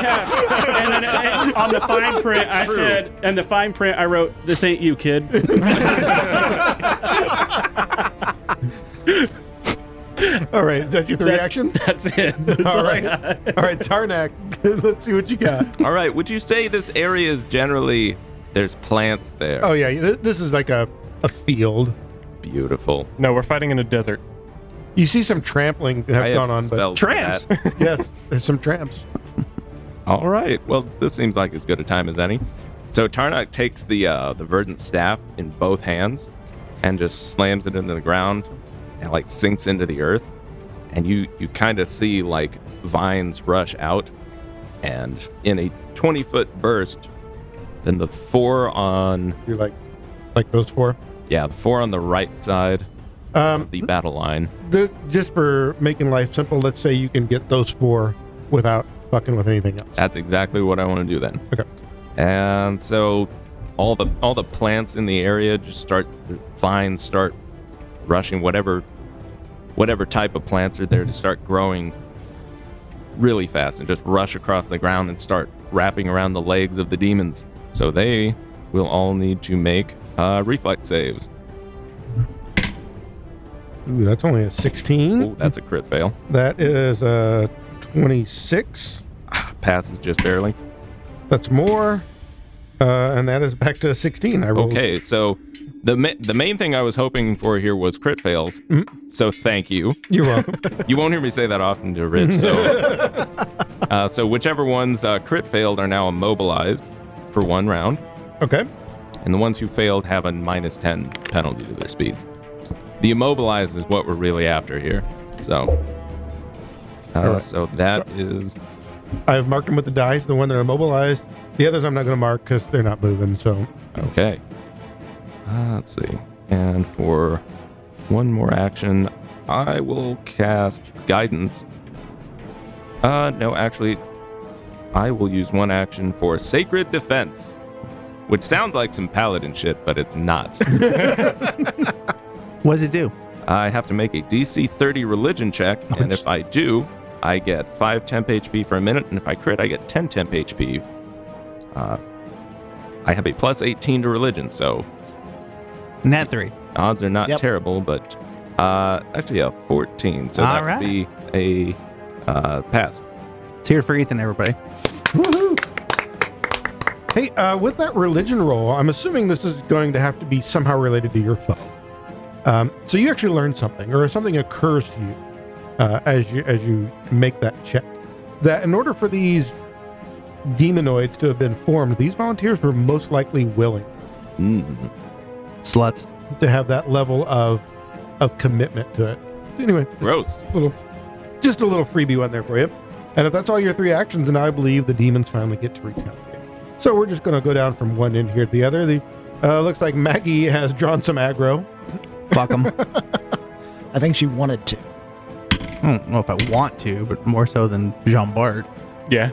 Speaker 5: caps. and then I- on the fine print, I said, and the fine print, I wrote, "This ain't you, kid."
Speaker 2: All right, is that your three
Speaker 5: That-
Speaker 2: actions?
Speaker 5: That's it. That's
Speaker 2: All
Speaker 5: all I
Speaker 2: right.
Speaker 5: got.
Speaker 2: All right, Tarnak, let's see what you got.
Speaker 6: All right, would you say this area is generally there's plants there?
Speaker 2: Oh yeah, th- this is like a, a field.
Speaker 6: beautiful.
Speaker 7: no, we're fighting in a desert.
Speaker 2: You see some trampling that have
Speaker 6: I
Speaker 2: gone on,
Speaker 6: spelled
Speaker 4: Tramps.
Speaker 6: that.
Speaker 2: but yes, there's some tramps.
Speaker 6: All right. Well, this seems like as good a time as any. So Tarnak takes the uh, the verdant staff in both hands and just slams it into the ground and like sinks into the earth. And you you kind of see like vines rush out, and in a twenty foot burst, then the four on
Speaker 2: You're like, like those four.
Speaker 6: yeah the four on the right side
Speaker 2: Um,
Speaker 6: of the battle line.
Speaker 2: th- just for making life simple, let's say you can get those four without fucking with anything else.
Speaker 6: That's exactly what I want to do then.
Speaker 2: Okay.
Speaker 6: And so all the all the plants in the area just start vines start rushing whatever whatever type of plants are there to start growing really fast and just rush across the ground and start wrapping around the legs of the demons. So they will all need to make uh, reflex saves.
Speaker 2: Ooh, that's only a 16.
Speaker 6: Oh, that's a crit fail.
Speaker 2: That is a 26.
Speaker 6: Passes just barely.
Speaker 2: That's more. Uh, and that is back to a 16. I rolled.
Speaker 6: Okay, so the ma- the main thing I was hoping for here was crit fails.
Speaker 2: Mm-hmm.
Speaker 6: So thank you.
Speaker 2: You're welcome.
Speaker 6: You won't hear me say that often to Rich. So, uh, so whichever ones uh, crit failed are now immobilized for one round,
Speaker 2: okay.
Speaker 6: and the ones who failed have a minus ten penalty to their speeds. The immobilized is what we're really after here. So, uh, so that is
Speaker 2: I've marked them with the dice, the one that are immobilized. The others I'm not going to mark because they're not moving. So
Speaker 6: Okay. Uh, let's see. And for one more action, I will cast Guidance. Uh, no, actually, I will use one action for Sacred Defense, which sounds like some paladin shit, but it's not.
Speaker 4: What does it do?
Speaker 6: I have to make a DC 30 religion check, and if I do, I get 5 temp HP for a minute, and if I crit, I get 10 temp HP. Uh, I have a plus 18 to religion, so
Speaker 4: Nat three.
Speaker 6: odds are not
Speaker 3: Yep.
Speaker 6: terrible, but uh, actually a 14, so
Speaker 4: All
Speaker 6: that
Speaker 4: right.
Speaker 6: would be a uh, pass.
Speaker 4: It's here for Ethan, everybody.
Speaker 2: Hey, uh, with that religion roll, I'm assuming this is going to have to be somehow related to your foe. Um, so you actually learn something, or something occurs to you uh, as you as you make that check. That in order for these demonoids to have been formed, these volunteers were most likely willing
Speaker 6: Mm.
Speaker 4: Sluts.
Speaker 2: to have that level of of commitment to it. Anyway,
Speaker 6: Gross.
Speaker 2: little, just a little freebie one there for you. And if that's all your three actions, then I believe the demons finally get to retaliate. So we're just going to go down from one end here to the other. The uh, looks like Maggie has drawn some aggro.
Speaker 4: Fuck them.
Speaker 3: I think she wanted to.
Speaker 4: I don't know if I want to, but more so than Jean Bart.
Speaker 7: Yeah.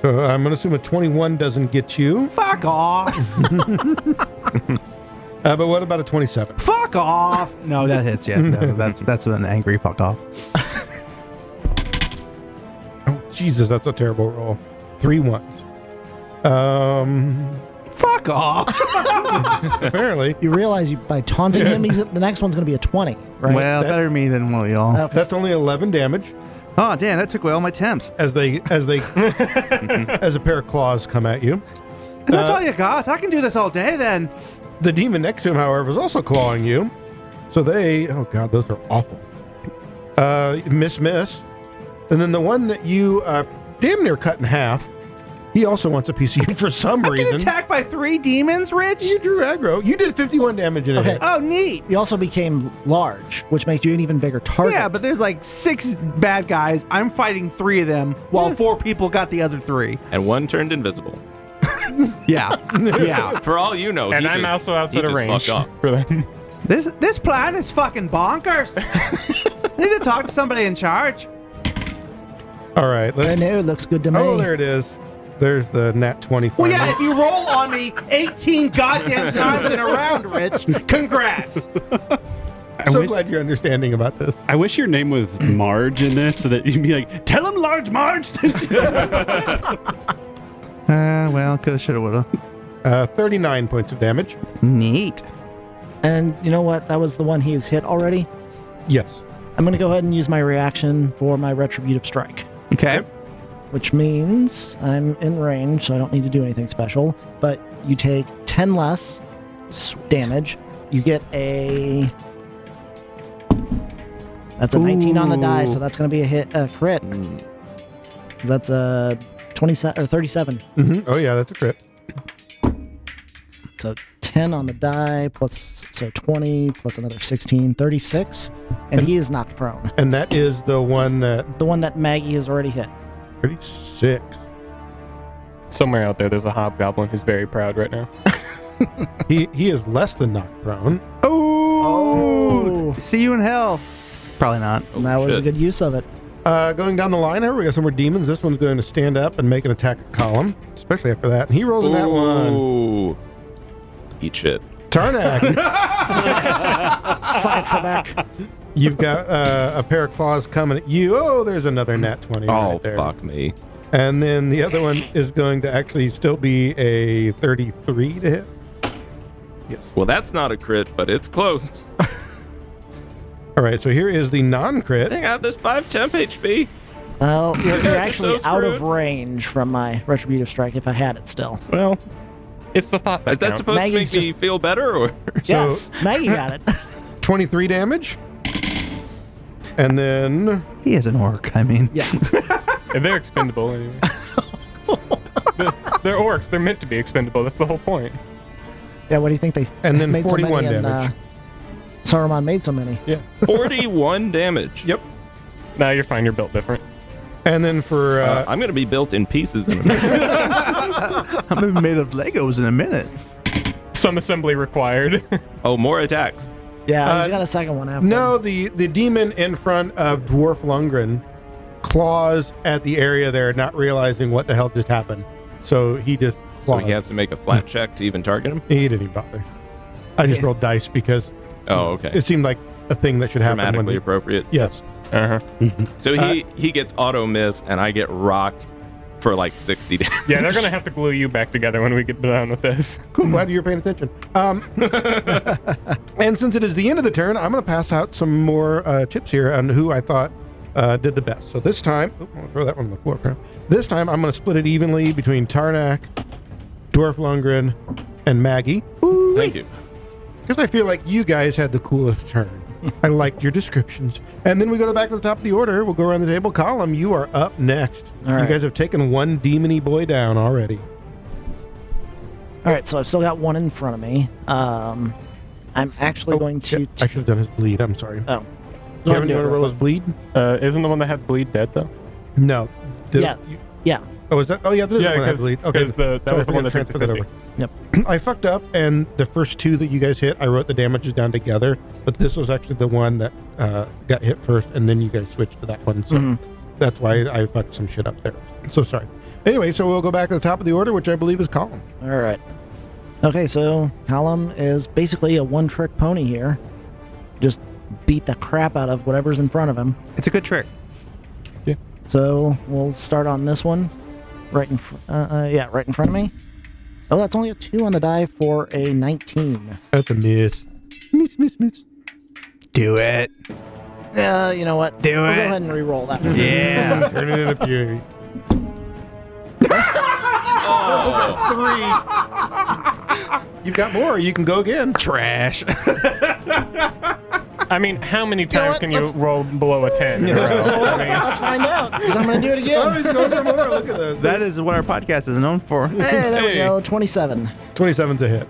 Speaker 2: So I'm going to assume a 21 doesn't get you.
Speaker 4: Fuck off.
Speaker 2: Uh, but what about a 27?
Speaker 4: fuck off. No, that hits. Yeah, no, that's that's an angry fuck off.
Speaker 2: Oh, Jesus, that's a terrible roll. Three ones. Um,
Speaker 4: Fuck off.
Speaker 2: apparently.
Speaker 3: You realize you, by taunting him, he's, the next one's going to be a 20, right?
Speaker 4: Well,
Speaker 2: That-
Speaker 4: better me than one of y'all.
Speaker 2: That's only 11 damage
Speaker 4: Oh damn, that took away all my temps.
Speaker 2: as they as they as a pair of claws come at you.
Speaker 4: That's
Speaker 2: Uh,
Speaker 4: all you got. I can do this all day then.
Speaker 2: The demon next to him, however, is also clawing you. So they, oh god, those are awful. Uh, miss, miss, and then the one that you uh, damn near cut in half. He also wants a piece of you for some
Speaker 4: Get
Speaker 2: reason.
Speaker 4: attacked by three demons, Rich?
Speaker 2: You drew aggro. You did 51 damage in a
Speaker 3: Okay.
Speaker 2: hit.
Speaker 4: Oh neat.
Speaker 3: You also became large, which makes you an even bigger target.
Speaker 4: Yeah, but there's like six bad guys. I'm fighting three of them while four people got the other three.
Speaker 6: And one turned invisible.
Speaker 4: Yeah. yeah.
Speaker 6: For all you know,
Speaker 7: And
Speaker 6: he
Speaker 7: I'm
Speaker 6: just-
Speaker 7: also
Speaker 6: he
Speaker 7: outside of
Speaker 6: just
Speaker 7: range.
Speaker 6: fucked off.
Speaker 7: For that.
Speaker 4: This this plan is fucking bonkers. I need to talk to somebody in charge.
Speaker 2: All right.
Speaker 3: I
Speaker 2: Let's,
Speaker 3: know it looks good to me.
Speaker 2: oh, there it is. There's the nat 20.
Speaker 4: Well,
Speaker 2: final.
Speaker 4: yeah, if you roll on me 18 goddamn times in a round, Rich, congrats.
Speaker 5: I
Speaker 2: I'm so
Speaker 5: wish-
Speaker 2: glad you're understanding about this.
Speaker 5: I wish your name was Marge in this, so that you'd be like, "Tell him Large Marge." sent you."
Speaker 4: Uh, well, coulda, shoulda, woulda.
Speaker 2: Uh, 39 points of damage.
Speaker 4: Neat.
Speaker 3: And you know what? That was the one he has hit already.
Speaker 2: Yes.
Speaker 3: I'm going to go ahead and use my reaction for my retributive strike,
Speaker 4: Okay.
Speaker 3: which means I'm in range, so I don't need to do anything special. But you take 10 less damage. You get a. That's a 19 on the die, so
Speaker 4: Ooh. Mm.
Speaker 3: that's going to be a hit, a crit. That's a 27 or 37.
Speaker 2: hmm Oh yeah, that's a crit.
Speaker 3: So 10 on the die, plus so 20, plus another 16, 36. And he is knocked prone.
Speaker 2: And that is the one that
Speaker 3: The one that Maggie has already hit.
Speaker 2: 36.
Speaker 7: Somewhere out there, there's a hobgoblin who's very proud right now.
Speaker 2: He he is less than knock prone.
Speaker 4: Oh. See you in hell. Probably not.
Speaker 6: Oh,
Speaker 3: and that was a
Speaker 6: shit.
Speaker 3: good use of it.
Speaker 2: Uh, going down the line here, we got some more demons. This one's going to stand up and make an attack at column, especially after that. And he rolls in that one.
Speaker 6: Ooh. Eat shit.
Speaker 2: Tarnak,
Speaker 3: Sidetrack.
Speaker 2: you've got uh, a pair of claws coming at you. Oh, there's another nat 20
Speaker 6: Oh,
Speaker 2: right there.
Speaker 6: fuck me.
Speaker 2: And then the other one is going to actually still be a 33 to hit.
Speaker 6: Well, that's not a crit, but it's close.
Speaker 2: All right, so here is the non crit.
Speaker 6: Dang, I have this 5 temp HP.
Speaker 3: Well, you're, you're
Speaker 6: You're
Speaker 3: actually
Speaker 6: so
Speaker 3: out of
Speaker 6: screwed.
Speaker 3: range from my retributive strike if I had it still.
Speaker 7: Well, it's the thought
Speaker 6: Is
Speaker 7: that
Speaker 6: that
Speaker 7: counts.
Speaker 6: supposed to
Speaker 3: Maggie's
Speaker 6: make me feel better or
Speaker 3: yes, Maggie got it.
Speaker 2: 23 damage. And then
Speaker 4: He is an orc. I mean,
Speaker 3: yeah.
Speaker 7: And they're expendable anyway. they're, they're orcs. They're meant to be expendable. That's the whole point.
Speaker 3: Yeah, what do you think they
Speaker 2: And then
Speaker 3: made so many
Speaker 2: 41
Speaker 3: in,
Speaker 2: damage.
Speaker 3: uh, Saruman made so many.
Speaker 6: 41 damage?
Speaker 2: Yep.
Speaker 7: Now you're fine. You're built different.
Speaker 2: and then for
Speaker 6: Uh,
Speaker 2: uh,
Speaker 6: I'm going to be built in pieces in a minute.
Speaker 4: I'm gonna be made of Legos in a minute.
Speaker 7: Some assembly required.
Speaker 6: oh, more attacks.
Speaker 3: Yeah,
Speaker 2: Uh,
Speaker 3: he's got a second one after.
Speaker 2: no the the demon in front of dwarf Lundgren claws at the area there, not realizing what the hell just happened. So he just
Speaker 6: So
Speaker 2: claws.
Speaker 6: he has to make a flat check to even target him?
Speaker 2: He didn't even bother. I just rolled dice because
Speaker 6: Oh, okay.
Speaker 2: it seemed like a thing that should happen. When
Speaker 6: Dramatically appropriate.
Speaker 2: yes.
Speaker 7: Uh huh.
Speaker 6: So he, he gets auto miss, and I get rocked for like 60 damage.
Speaker 7: Yeah, they're gonna have to glue you back together when we get done with this.
Speaker 2: Cool. Glad you're paying attention. Um, and since it is the end of the turn, I'm going to pass out some more uh, chips here on who I thought uh, did the best. So this time, oop, I'm going to throw that one on the floor. Pam. This time, I'm going to split it evenly between Tarnak, Dwarf Lundgren, and Maggie
Speaker 6: Thank you.
Speaker 2: because I feel like you guys had the coolest turn. I liked your descriptions. And then we go to the back to the top of the order. We'll go around the table. Column, you are up next.
Speaker 3: All
Speaker 2: you
Speaker 3: right.
Speaker 2: guys have taken one demony boy down already.
Speaker 3: All right, so I've still got one in front of me. Um, I'm actually going to.
Speaker 2: Oh, I should have done his bleed. I'm sorry.
Speaker 3: oh, Go ahead
Speaker 2: Kevin,
Speaker 3: and
Speaker 2: you
Speaker 3: do
Speaker 2: want to
Speaker 3: it
Speaker 2: roll his bleed?
Speaker 7: Uh, isn't the one that had bleed dead though?
Speaker 2: No. The-
Speaker 3: Yeah. yeah.
Speaker 2: Oh, is that? Oh, yeah. There's
Speaker 7: Yeah,
Speaker 2: one I
Speaker 7: 'cause-
Speaker 2: believe. Okay.
Speaker 7: 'cause the- that
Speaker 2: I
Speaker 7: was the one
Speaker 2: think
Speaker 7: that
Speaker 2: I
Speaker 7: took the
Speaker 2: transferred
Speaker 3: 50.
Speaker 2: Yep. I fucked up, and the first two that you guys hit, I wrote the damages down together. But this was actually the one that uh, got hit first, and then you guys switched to that one. So
Speaker 3: Mhm.
Speaker 2: that's why I fucked some shit up there. So sorry. Anyway, so we'll go back to the top of the order, which I believe is Colin.
Speaker 3: All right. Okay, so Column is basically a one trick pony here. Just beat the crap out of whatever's in front of him.
Speaker 4: It's a good trick.
Speaker 3: So we'll start on this one, right in fr- uh, uh, yeah, right in front of me. Oh, that's only a two on the die for a 19.
Speaker 2: That's a miss. Miss, miss, miss.
Speaker 4: Do it.
Speaker 3: Yeah, Uh, you know what?
Speaker 4: Do
Speaker 3: We'll
Speaker 4: it.
Speaker 3: go ahead and re-roll that one.
Speaker 4: Yeah.
Speaker 2: Turn it in a fury. Oh, Three. You've got more. You can go again.
Speaker 4: Trash.
Speaker 7: I mean, how many
Speaker 3: know
Speaker 7: times
Speaker 3: what?
Speaker 7: can you
Speaker 3: Let's-
Speaker 7: roll below a ten? in a
Speaker 2: Yeah.
Speaker 7: row? I mean,
Speaker 3: Let's find out, 'cause I'm going to do it
Speaker 2: Oh, he's
Speaker 3: again.
Speaker 2: going for more. Look at that.
Speaker 4: that is what our podcast is known for.
Speaker 3: Hey, there we
Speaker 7: Hey.
Speaker 3: go, 27.
Speaker 2: 27's a hit.
Speaker 6: I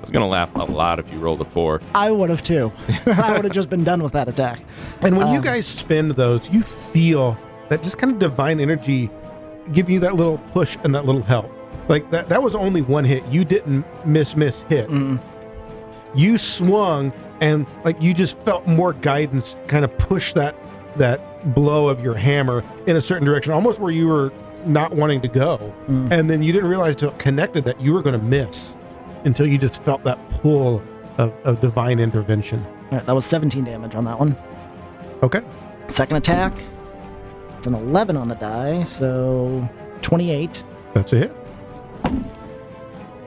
Speaker 6: was going to laugh a lot if you rolled a 4.
Speaker 3: I would have too. I would have just been done with that attack.
Speaker 2: And when you
Speaker 3: Um,
Speaker 2: guys spend those, you feel that just kind of divine energy give you that little push and that little help. Like that that was only one hit. You didn't miss miss hit.
Speaker 3: Mm.
Speaker 2: You swung and like you just felt more guidance kind of push that that blow of your hammer in a certain direction, almost where you were not wanting to go.
Speaker 3: Mm.
Speaker 2: And then you didn't realize till it connected that you were gonna miss until you just felt that pull of, of divine intervention.
Speaker 3: All right, that was 17 damage on that one.
Speaker 2: Okay.
Speaker 3: Second attack. It's an 11 on the die, so 28,
Speaker 2: That's a hit.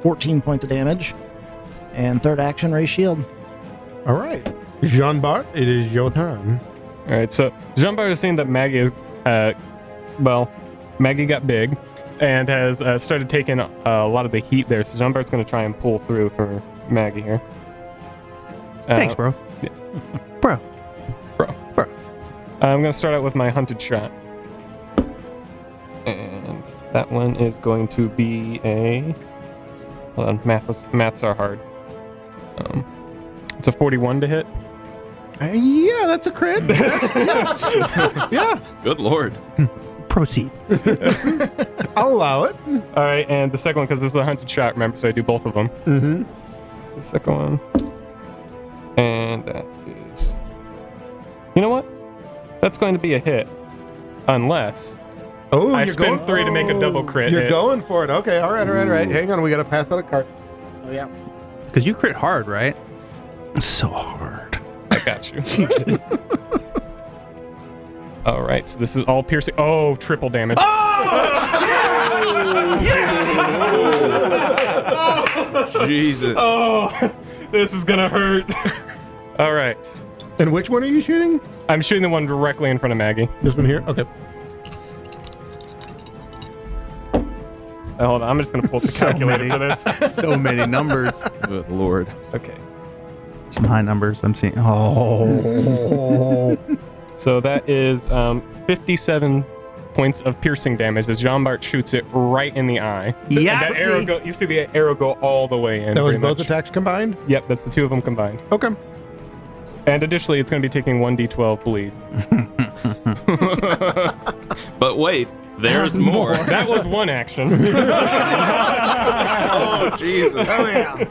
Speaker 3: 14 points of damage. And third action, raise shield.
Speaker 2: All right. Jean Bart, it is your turn.
Speaker 7: All right, so Jean Bart has seen that Maggie is, uh, well, Maggie got big and has uh, started taking uh, a lot of the heat there. So Jean Bart's going to try and pull through for Maggie here. Uh,
Speaker 4: Thanks, bro. Bro.
Speaker 7: I'm going to start out with my hunted shot. And that one is going to be a. Hold on, math is, maths are hard. Um, it's a 41 to hit.
Speaker 2: Uh, yeah, that's a crit. yeah,
Speaker 6: Good lord.
Speaker 4: Proceed.
Speaker 2: I'll allow it.
Speaker 7: All right, and the second one, because this is a hunted shot, remember, so I do both of them.
Speaker 2: Mm-hmm.
Speaker 7: the second one. And that is. You know what? That's going to be a hit. Unless.
Speaker 2: Oh,
Speaker 7: I
Speaker 2: you're
Speaker 7: spent
Speaker 2: going- Oh,
Speaker 7: three to make a double crit
Speaker 2: You're
Speaker 7: hit.
Speaker 2: going for it. Okay, all right, all right, all right. Hang on, we got to pass out a card.
Speaker 3: Oh, yeah.
Speaker 4: Because you crit hard, right? So hard.
Speaker 7: I got you. all right, so this is all piercing. Oh, triple damage.
Speaker 6: Jesus.
Speaker 7: Oh, this is gonna hurt. All right,
Speaker 2: And which one are you shooting?
Speaker 7: I'm shooting the one directly in front of Maggie.
Speaker 2: This one here? Okay.
Speaker 7: Uh, hold on, I'm just gonna pull up the
Speaker 4: So
Speaker 7: calculator
Speaker 4: many.
Speaker 7: for this.
Speaker 4: So many numbers.
Speaker 6: Good lord.
Speaker 7: Okay,
Speaker 4: Some high numbers I'm seeing. Oh.
Speaker 7: so that is um, 57 points of piercing damage as Jean Bart shoots it right in the eye.
Speaker 4: yeah.
Speaker 7: that arrow go, you see the arrow go all the way in.
Speaker 2: That was
Speaker 7: pretty
Speaker 2: both
Speaker 7: much.
Speaker 2: attacks combined?
Speaker 7: Yep, that's the two of them combined.
Speaker 2: Okay.
Speaker 7: And additionally, it's going to be taking 1d12 bleed.
Speaker 6: But wait, there's more.
Speaker 7: That was one action.
Speaker 6: oh, Jesus.
Speaker 3: Oh yeah.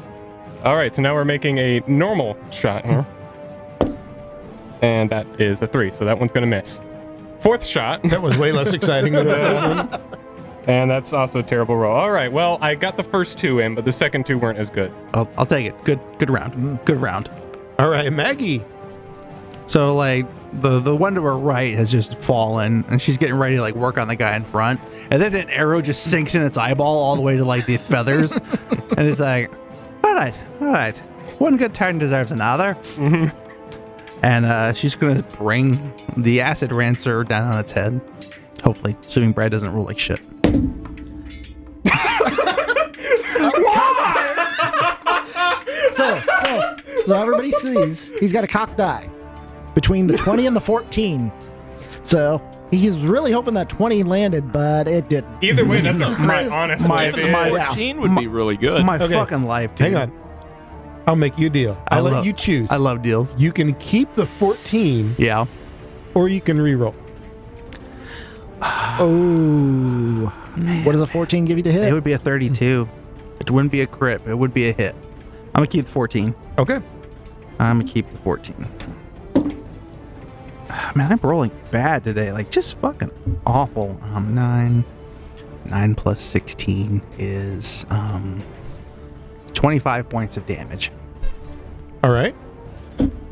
Speaker 7: All right, so now we're making a normal shot here. And that is a three, so that one's going to miss. Fourth shot,
Speaker 2: That was way less exciting than the first one.
Speaker 7: and that's also a terrible roll. All right, well, I got the first two in, but the second two weren't as good.
Speaker 4: I'll, I'll take it. Good good
Speaker 2: Mm.
Speaker 4: round. Good round.
Speaker 2: All right, Maggie.
Speaker 4: So like the the one to her right has just fallen, and she's getting ready to like work on the guy in front, and then an arrow just sinks in its eyeball all the way to like the feathers, and it's like, all right, all right, one good turn deserves another,
Speaker 2: Mm-hmm.
Speaker 4: and uh, she's gonna bring the acid rancer down on its head, hopefully, assuming Brad doesn't roll like shit.
Speaker 3: So, so, so everybody sees he's got a cocked eye between the 20 and the 14. So he's really hoping that 20 landed, but it didn't.
Speaker 7: Either way, that's a crit, honestly.
Speaker 4: my-
Speaker 7: dude.
Speaker 4: my-
Speaker 3: Yeah.
Speaker 6: 14 would be really good.
Speaker 4: My
Speaker 2: Okay.
Speaker 4: fucking life, dude.
Speaker 2: Hang on. I'll make you a deal.
Speaker 4: I
Speaker 2: I'll let
Speaker 4: love-
Speaker 2: you choose.
Speaker 4: I love deals.
Speaker 2: you can keep the 14
Speaker 4: Yeah.
Speaker 2: or you can reroll.
Speaker 3: Oh. What does a 14 give you to
Speaker 4: It
Speaker 3: hit?
Speaker 4: would be a 32. It wouldn't be a crit. but It would be a hit. I'm gonna keep the 14.
Speaker 2: Okay.
Speaker 4: I'm gonna keep the 14. Ah, Man, I'm rolling bad today. Like just fucking awful. Um, nine, nine plus 16 is um, 25 points of damage.
Speaker 2: All right.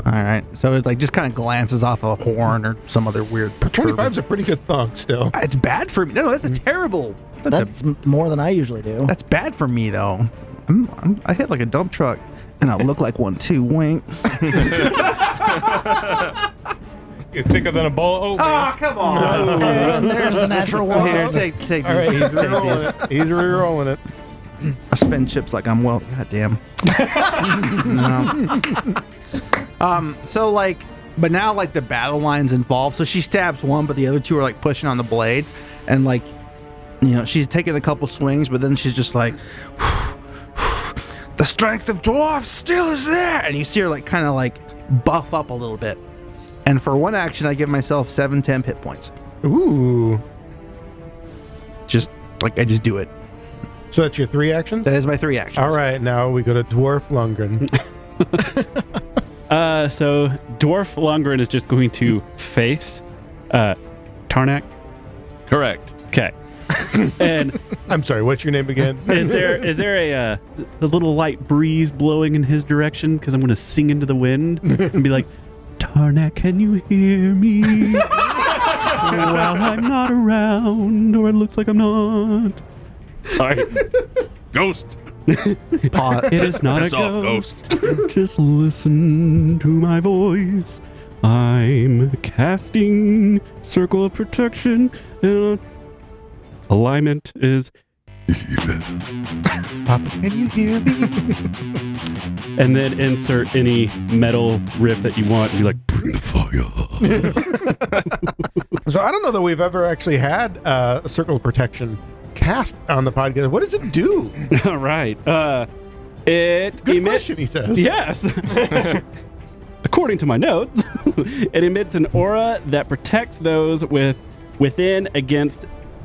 Speaker 4: All right, so it like just kind of glances off a horn or some other weird.
Speaker 2: 25's
Speaker 4: protuberance.
Speaker 2: a pretty good thunk still.
Speaker 4: Ah, It's bad for me. No, that's a terrible. That's a
Speaker 3: That's m more than I usually do.
Speaker 4: That's bad for me though. I'm, I'm, I hit like a dump truck, and I look like one too. Wink.
Speaker 7: It's thicker than a bowl Oh, of oatmeal.
Speaker 4: come on!
Speaker 3: And there's the natural one.
Speaker 4: Here, take take
Speaker 2: All right,
Speaker 4: these.
Speaker 2: he's
Speaker 4: Take
Speaker 2: rerolling
Speaker 4: these.
Speaker 2: it. He's rerolling it.
Speaker 4: I spend chips like I'm well. Goddamn. no. Um. So like, but now like the battle lines involved. So she stabs one, but the other two are like pushing on the blade, and like, you know, she's taking a couple swings, but then she's just like, the strength of dwarf still is there, and you see her like kind of like buff up a little bit. And for one action, I give myself seven temp hit points.
Speaker 2: Ooh.
Speaker 4: Just like I just do it.
Speaker 2: So that's your three actions?
Speaker 4: That is my three actions.
Speaker 2: All right, now we go to Dwarf Lundgren.
Speaker 5: Uh, so Dwarf Longren is just going to face uh, Tarnak.
Speaker 6: Correct.
Speaker 5: Okay. and
Speaker 2: I'm sorry, what's your name again?
Speaker 5: is there is there a uh, a little light breeze blowing in his direction? Because I'm going to sing into the wind and be like, Tarnak, can you hear me? While I'm not around, or it looks like I'm not. Sorry,
Speaker 9: Ghost.
Speaker 4: Pause.
Speaker 5: it is not
Speaker 9: Piss
Speaker 5: a
Speaker 9: off,
Speaker 5: ghost.
Speaker 9: ghost.
Speaker 5: Just listen to my voice. I'm casting Circle of Protection. Uh, alignment is.
Speaker 2: Can you hear me?
Speaker 5: And then insert any metal riff that you want and be like,
Speaker 2: So I don't know that we've ever actually had uh, a circle of protection cast on the podcast. What does it do?
Speaker 5: all right. Uh, it
Speaker 2: Good
Speaker 5: emits.
Speaker 2: question, he says.
Speaker 5: Yes. According to my notes, it emits an aura that protects those with within against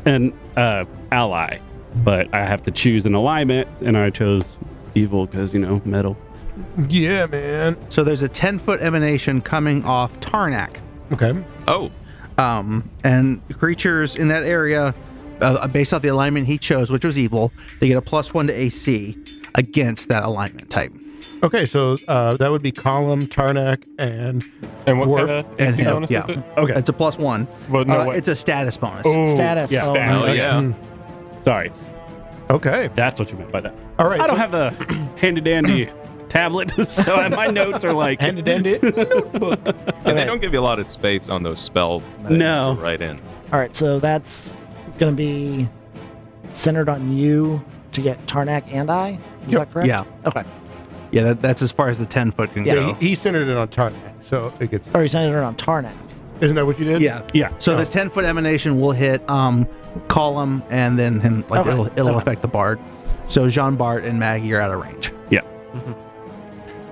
Speaker 5: an uh, ally. But I have to choose an alignment, and I chose evil because you know metal.
Speaker 2: Yeah, man.
Speaker 4: So there's a 10 foot emanation coming off Tarnak.
Speaker 2: Okay.
Speaker 6: Oh,
Speaker 4: Um, and creatures in that area, uh, based off the alignment he chose, which was evil, they get a plus one to AC against that alignment type.
Speaker 2: Okay, so uh, that would be Column, Tarnak, and
Speaker 7: And what
Speaker 2: Dwarf
Speaker 7: kind of
Speaker 4: and
Speaker 7: AC
Speaker 4: him,
Speaker 7: bonus
Speaker 4: yeah.
Speaker 7: is it?
Speaker 2: okay.
Speaker 4: It's a plus one.
Speaker 7: Well, no,
Speaker 4: Uh,
Speaker 7: what?
Speaker 4: it's a status bonus.
Speaker 7: Ooh,
Speaker 3: Status.
Speaker 5: yeah.
Speaker 3: Oh,
Speaker 7: Status.
Speaker 6: Oh, yeah.
Speaker 2: Mm,
Speaker 5: Sorry,
Speaker 2: Okay.
Speaker 5: that's what you meant by that.
Speaker 2: All right.
Speaker 5: I don't
Speaker 2: so
Speaker 5: have a handy dandy tablet, so I- my notes are like
Speaker 2: hand it end it notebook.
Speaker 6: Yeah, they don't give you a lot of space on those spell
Speaker 5: No.
Speaker 6: things to write in.
Speaker 3: All right, so that's going to be centered on you to get Tarnak and I. Is that correct?
Speaker 4: Yeah.
Speaker 3: Okay.
Speaker 4: Yeah, that, that's as far as the 10 foot can
Speaker 3: Yeah,
Speaker 4: go.
Speaker 2: Yeah, he, he centered it on Tarnak, so it gets.
Speaker 3: Or Oh, you centered it on Tarnak.
Speaker 2: Isn't that what you did?
Speaker 4: Yeah.
Speaker 5: yeah.
Speaker 4: So the 10 foot emanation will hit um, Column and then him. Like
Speaker 3: Okay,
Speaker 4: it'll it'll
Speaker 3: okay.
Speaker 4: affect the Bard. So Jean Bart and Maggie are out of range.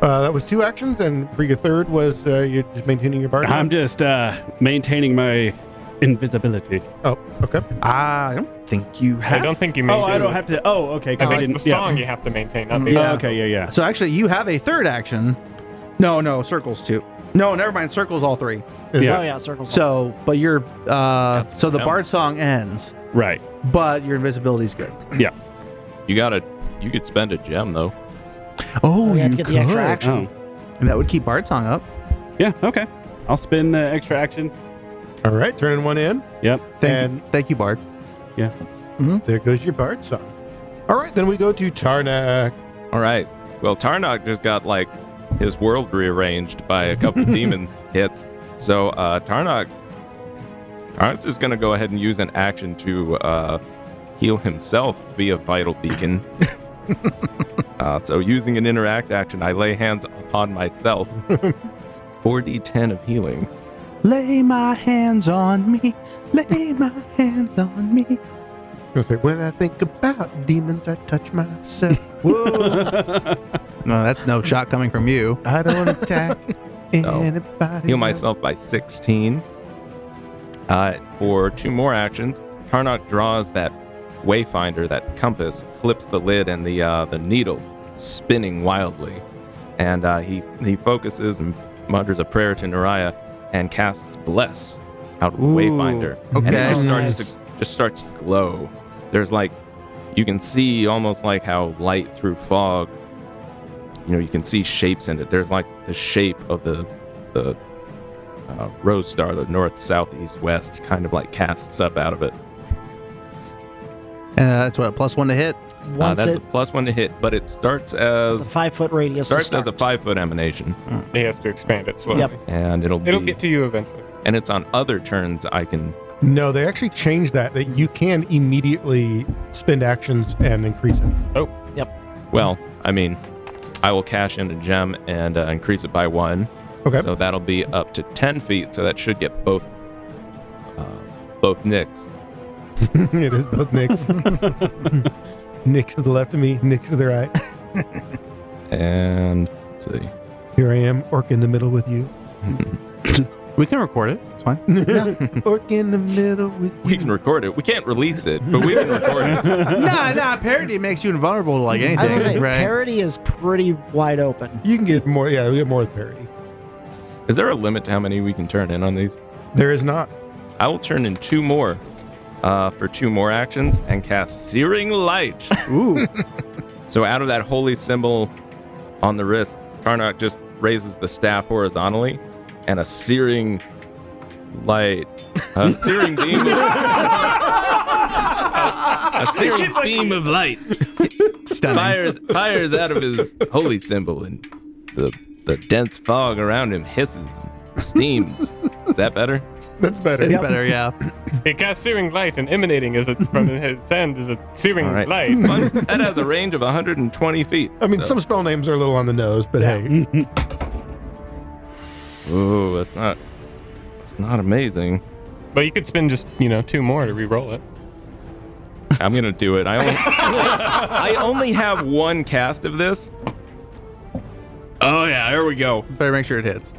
Speaker 2: Uh, that was two actions, and for your third was uh, you're just maintaining your bargain.
Speaker 5: I'm just uh, maintaining my invisibility.
Speaker 2: oh, okay.
Speaker 4: I don't think you
Speaker 7: I
Speaker 4: have.
Speaker 7: don't think you
Speaker 5: Oh,
Speaker 7: maintain.
Speaker 5: I don't have to. Oh, okay, because
Speaker 7: I
Speaker 5: I
Speaker 7: think
Speaker 5: didn't.
Speaker 7: it's the song
Speaker 5: yeah.
Speaker 7: you have to maintain, not the.
Speaker 5: Yeah.
Speaker 4: Yeah.
Speaker 5: okay, yeah, yeah.
Speaker 4: So actually, you have a third action. No, no, circles too. No, never mind. Circles all three.
Speaker 2: Is
Speaker 5: Yeah.
Speaker 3: Oh, yeah, circles.
Speaker 4: So, but your uh, so the Bard song ends,
Speaker 5: Right.
Speaker 4: but your invisibility's good.
Speaker 6: You gotta, you could spend a gem though.
Speaker 4: Oh,
Speaker 3: you have to get the extra action.
Speaker 5: Oh.
Speaker 4: And that would keep Bard song up.
Speaker 5: Yeah. Okay. I'll spin the extra action.
Speaker 2: that- All right, turning one in.
Speaker 5: Yep.
Speaker 4: Thank
Speaker 2: And-
Speaker 4: you, thank you, Bard.
Speaker 2: There goes your bard song. All right, then we go to Tarnak.
Speaker 6: All right. Well, Tarnok just got like his world rearranged by a couple demon hits. So uh, Tarnok, Tarnok's just gonna go ahead and use an action to uh, heal himself via vital beacon. uh, so using an interact action, I lay hands upon myself. 4d10 of healing.
Speaker 4: Lay my hands on me. Lay my hands on me.
Speaker 2: He'll say, when I think about demons, I touch myself. Whoa,
Speaker 4: No, that's no shot coming from you.
Speaker 2: I don't attack
Speaker 6: No.
Speaker 2: anybody.
Speaker 6: Heal myself by 16. Uh, for two more actions, Tarnok draws that wayfinder, that compass, flips the lid and the uh, the needle, spinning wildly, and uh, he he focuses and mutters a prayer to Nariah and casts bless out of the
Speaker 4: Ooh,
Speaker 6: wayfinder, and it
Speaker 4: okay.
Speaker 6: just starts
Speaker 3: Nice.
Speaker 6: to just starts to glow. There's like you can see almost like how light through fog. You know, you can see shapes in it. There's like the shape of the the uh, rose star, the north, south, east, west, kind of like casts up out of it. Uh,
Speaker 4: And uh, that's what plus one to hit.
Speaker 6: Uh,
Speaker 3: Once
Speaker 6: that's
Speaker 3: it,
Speaker 6: a plus one to hit, but it starts
Speaker 3: it's
Speaker 6: as
Speaker 3: a five foot radius. to
Speaker 6: starts as a
Speaker 3: start.
Speaker 6: five foot emanation,
Speaker 7: He has to expand it slowly.
Speaker 3: Yep.
Speaker 6: and it'll
Speaker 7: It'll
Speaker 6: be
Speaker 7: get to you eventually.
Speaker 6: and it's on other turns. I can
Speaker 2: No, they actually changed that. That you can immediately spend actions and increase it.
Speaker 6: well, I mean, I will cash in a gem and uh, increase it by one.
Speaker 2: Okay.
Speaker 6: So that'll be up to ten feet. So that should get both uh, both nicks.
Speaker 2: it is both Nicks. Nick's to the left of me, Nick's to the right.
Speaker 6: And let's see,
Speaker 2: Here I am, orc in the middle with you.
Speaker 4: We can record it. It's fine.
Speaker 2: Orc in the middle with you.
Speaker 6: we can record it. We can't release it, but we can record it.
Speaker 4: nah, nah. Parody makes you invulnerable to like anything,
Speaker 3: I was going to say,
Speaker 4: right?
Speaker 3: parity is pretty wide open.
Speaker 2: You can get more. Yeah, we get more of the parody.
Speaker 6: Is there a limit to how many we can turn in on these?
Speaker 2: There is not.
Speaker 6: I will turn in two more uh, for two more actions and cast Searing Light.
Speaker 4: Ooh.
Speaker 6: so out of that holy symbol on the wrist, Tarnok just raises the staff horizontally, and a searing light, a searing beam, of, a, searing beam of light fires fires out of his holy symbol, and the the dense fog around him hisses, steams. Is that better?
Speaker 2: That's better.
Speaker 4: It's better, yeah.
Speaker 7: It casts searing light and emanating is a, from his hand is a searing
Speaker 6: All right. Mm.
Speaker 7: light.
Speaker 6: One- that has a range of 120 feet.
Speaker 2: I mean,
Speaker 6: so-
Speaker 2: some spell names are a little on the nose, but hey,
Speaker 6: Ooh, that's not. It's not amazing.
Speaker 7: But you could spend just you know two more to re-roll it.
Speaker 6: I'm gonna do it. I only, I only have one cast of this. Oh yeah, there we go.
Speaker 4: Better make sure it hits.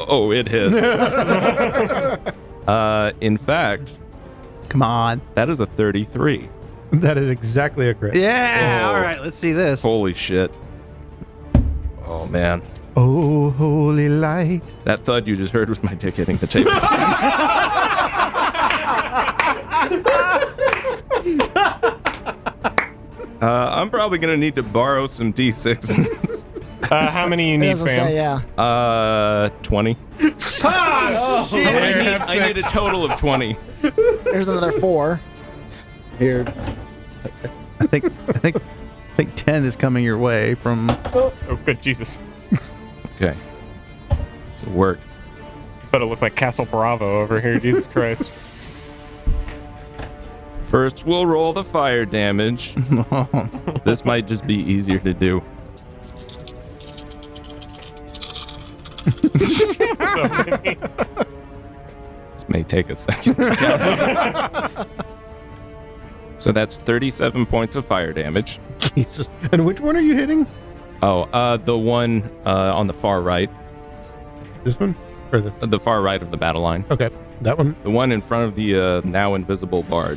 Speaker 6: Oh, it hits. uh, in fact,
Speaker 4: Come on.
Speaker 6: that is a 33.
Speaker 2: that is exactly a crit.
Speaker 4: Yeah.
Speaker 6: Oh.
Speaker 4: All right. Let's see this.
Speaker 6: Holy shit. Oh man,
Speaker 2: Oh, holy light.
Speaker 6: that thud you just heard was my dick hitting the table. Uh, Uh, I'm probably gonna need to borrow some d6s.
Speaker 7: Uh, how many you
Speaker 3: It
Speaker 7: need,
Speaker 3: doesn't say,
Speaker 7: fam?
Speaker 3: yeah.
Speaker 6: Uh, 20.
Speaker 7: Ah, shit!
Speaker 6: I need, I need a total of 20.
Speaker 3: There's another four. Here.
Speaker 4: I think I think I think ten is coming your way from
Speaker 7: Oh, good Jesus.
Speaker 6: Okay. This will work.
Speaker 7: Better look like Castle Bravo over here. Jesus Christ.
Speaker 6: First, we'll roll the fire damage. this might just be easier to do.
Speaker 7: So many.
Speaker 6: This may take a second. so that's 37 points of fire damage.
Speaker 2: Jesus. And which one are you hitting?
Speaker 6: Oh, uh, the one uh, on the far right, uh,
Speaker 2: This one? Or the
Speaker 6: the far right of the battle line,
Speaker 2: Okay. That one.
Speaker 6: the one in front of the uh, now invisible bard.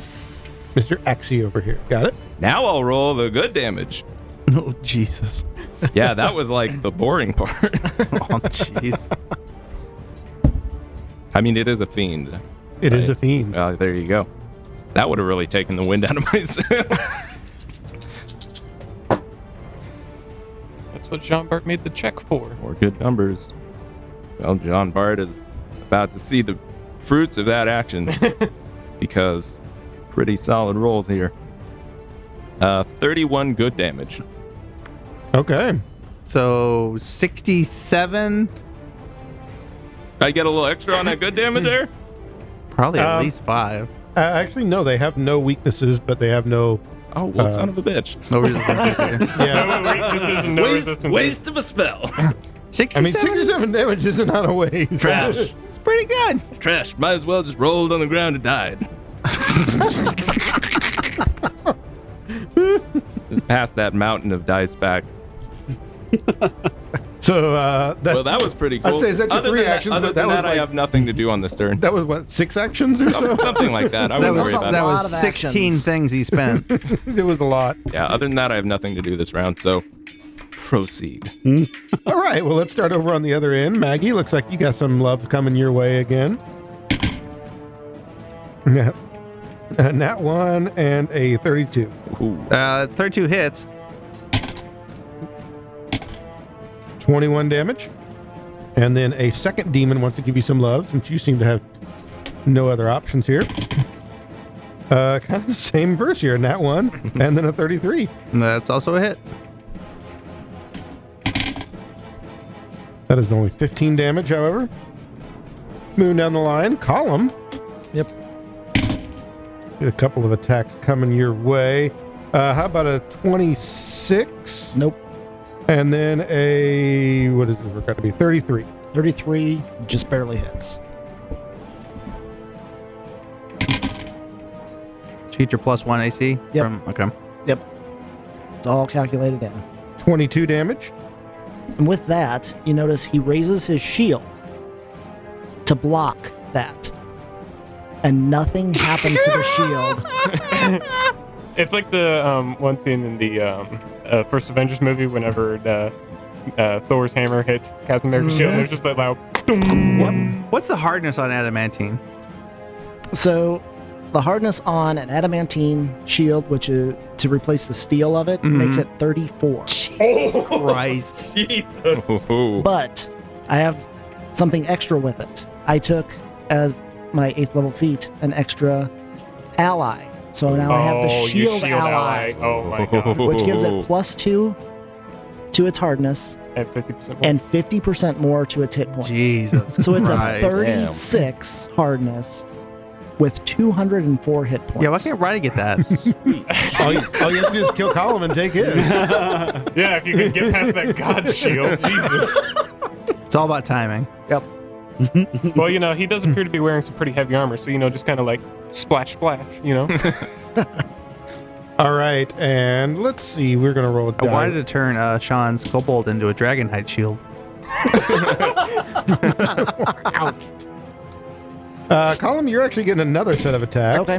Speaker 2: Mr. Axie over here. Got it?
Speaker 6: Now I'll roll the good damage.
Speaker 4: oh Jesus.
Speaker 6: Yeah, that was like the boring part.
Speaker 4: Oh jeez.
Speaker 6: I mean, it is a fiend.
Speaker 2: It is a fiend.
Speaker 6: Uh, there you go. That would have really taken the wind out of my sails.
Speaker 7: That's what Jean Bart made the check for.
Speaker 6: More good numbers. Well, John Bard is about to see the fruits of that action because pretty solid rolls here. Uh, 31 good damage.
Speaker 2: Okay.
Speaker 4: So sixty-seven,
Speaker 6: I get a little extra on that good damage there.
Speaker 4: probably at
Speaker 2: Um,
Speaker 4: least five.
Speaker 2: Uh, actually, no, they have no weaknesses, but they have no.
Speaker 6: Oh, well,
Speaker 2: Uh,
Speaker 6: son of a bitch.
Speaker 4: No resistance.
Speaker 2: Yeah.
Speaker 7: this is no
Speaker 6: waste,
Speaker 7: resistance.
Speaker 6: waste of a spell.
Speaker 2: I mean,
Speaker 4: Sixty-seven.
Speaker 2: 67 damage is not a waste.
Speaker 6: Trash.
Speaker 4: It's pretty good.
Speaker 6: Trash. Might as well just rolled on the ground and died. just past that mountain of dice back.
Speaker 2: so uh, that's,
Speaker 6: well, that was pretty
Speaker 2: I'd
Speaker 6: cool.
Speaker 2: say that's your
Speaker 6: Other
Speaker 2: three
Speaker 6: than that-
Speaker 2: actions,
Speaker 6: other
Speaker 2: but
Speaker 6: than
Speaker 2: that was
Speaker 6: I
Speaker 2: like-
Speaker 6: have Oh. nothing to do on this turn.
Speaker 2: that was what, six actions or so?
Speaker 6: Something like that. I
Speaker 4: That
Speaker 6: wouldn't
Speaker 4: was
Speaker 6: worry about
Speaker 4: that
Speaker 6: it.
Speaker 3: lot
Speaker 4: was
Speaker 3: of
Speaker 4: sixteen
Speaker 3: actions.
Speaker 4: things he spent.
Speaker 2: it was a lot.
Speaker 6: Yeah, other than that, I have nothing to do this round, so proceed.
Speaker 2: All right. Well, let's start over on the other end. Maggie, looks like you got some love coming your way again. Yeah. And that uh, one and a 32.
Speaker 4: Uh, thirty-two hits.
Speaker 2: 21 damage. And then a second demon wants to give you some love since you seem to have no other options here. Uh, kind of the same verse here, and that one, and then a 33.
Speaker 4: And that's also a hit.
Speaker 2: That is only 15 damage, however. Moon down the line, column.
Speaker 3: Yep.
Speaker 2: Get a couple of attacks coming your way. Uh, how about a 26?
Speaker 3: Nope.
Speaker 2: And then a, what is it? Got to be 33.
Speaker 3: 33 just barely hits.
Speaker 4: Teacher plus one AC.
Speaker 3: Yep.
Speaker 4: From, okay.
Speaker 3: It's all calculated in.
Speaker 2: 22 damage.
Speaker 3: And with that, you notice he raises his shield to block that. And nothing happens to the shield.
Speaker 7: It's like the um, one scene in the um, uh, first Avengers movie whenever the, uh, Thor's hammer hits Captain America's shield.
Speaker 3: Mm-hmm.
Speaker 7: And there's just that loud.
Speaker 4: What's the hardness on adamantine?
Speaker 3: So the hardness on an adamantine shield, which is to replace the steel of it, makes it 34.
Speaker 4: Christ.
Speaker 7: Jesus.
Speaker 6: Ooh.
Speaker 3: But I have something extra with it. I took as my eighth level feat an extra ally. So now I have
Speaker 7: oh,
Speaker 3: the
Speaker 7: you
Speaker 3: shield, ally,
Speaker 7: Oh my god.
Speaker 3: which gives
Speaker 6: Ooh.
Speaker 3: it plus two to its hardness
Speaker 7: At 50%
Speaker 3: and 50% more to its hit points.
Speaker 4: Jesus.
Speaker 3: So it's
Speaker 4: Christ.
Speaker 3: a 36 hardness with 204 hit points.
Speaker 4: Yeah, why can't Roddy get that?
Speaker 2: all, you, all you have to do is kill column and take it.
Speaker 7: yeah, if you could get past that god shield, Jesus.
Speaker 4: it's all about timing.
Speaker 7: Well, you know, he does appear to be wearing some pretty heavy armor, so you know, just kind of like splash, splash. You know,
Speaker 2: All right, and let's see. We're gonna roll a
Speaker 4: I wanted
Speaker 2: die.
Speaker 4: to turn uh, Sean's kobold into a dragonhide shield.
Speaker 2: Uh, column, you're actually getting another set of attacks.
Speaker 3: Okay.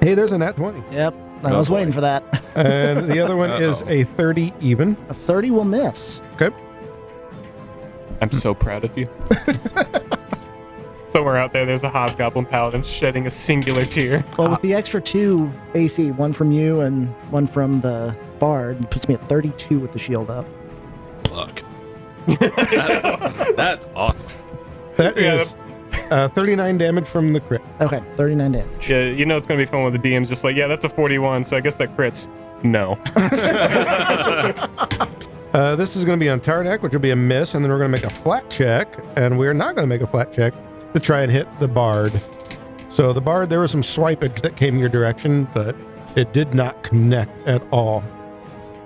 Speaker 2: Hey, there's a nat twenty,
Speaker 3: Yep. I
Speaker 6: Oh,
Speaker 3: was
Speaker 6: boy.
Speaker 3: waiting for that.
Speaker 2: and the other one is
Speaker 6: Uh-oh.
Speaker 2: a thirty even.
Speaker 3: A 30 will miss.
Speaker 7: I'm so proud of you. Somewhere out there, there's a hobgoblin paladin shedding a singular tear.
Speaker 3: Well,
Speaker 4: Uh,
Speaker 3: with the extra two AC, one from you and one from the bard, it puts me at 32 with the shield up.
Speaker 9: Fuck.
Speaker 6: That's, that's awesome.
Speaker 2: That
Speaker 7: Yeah,
Speaker 2: is uh, 39 damage from the crit.
Speaker 3: Okay, 39 damage.
Speaker 7: Yeah, you know it's gonna be fun when the DM's just like, yeah, that's a 41, so I guess that crits. No.
Speaker 2: Uh, this is going to be on Tarnak, which will be a miss, and then we're going to make a flat check, and we're not going to make a flat check to try and hit the bard. So the bard, there was some swipage that came your direction, but it did not connect at all.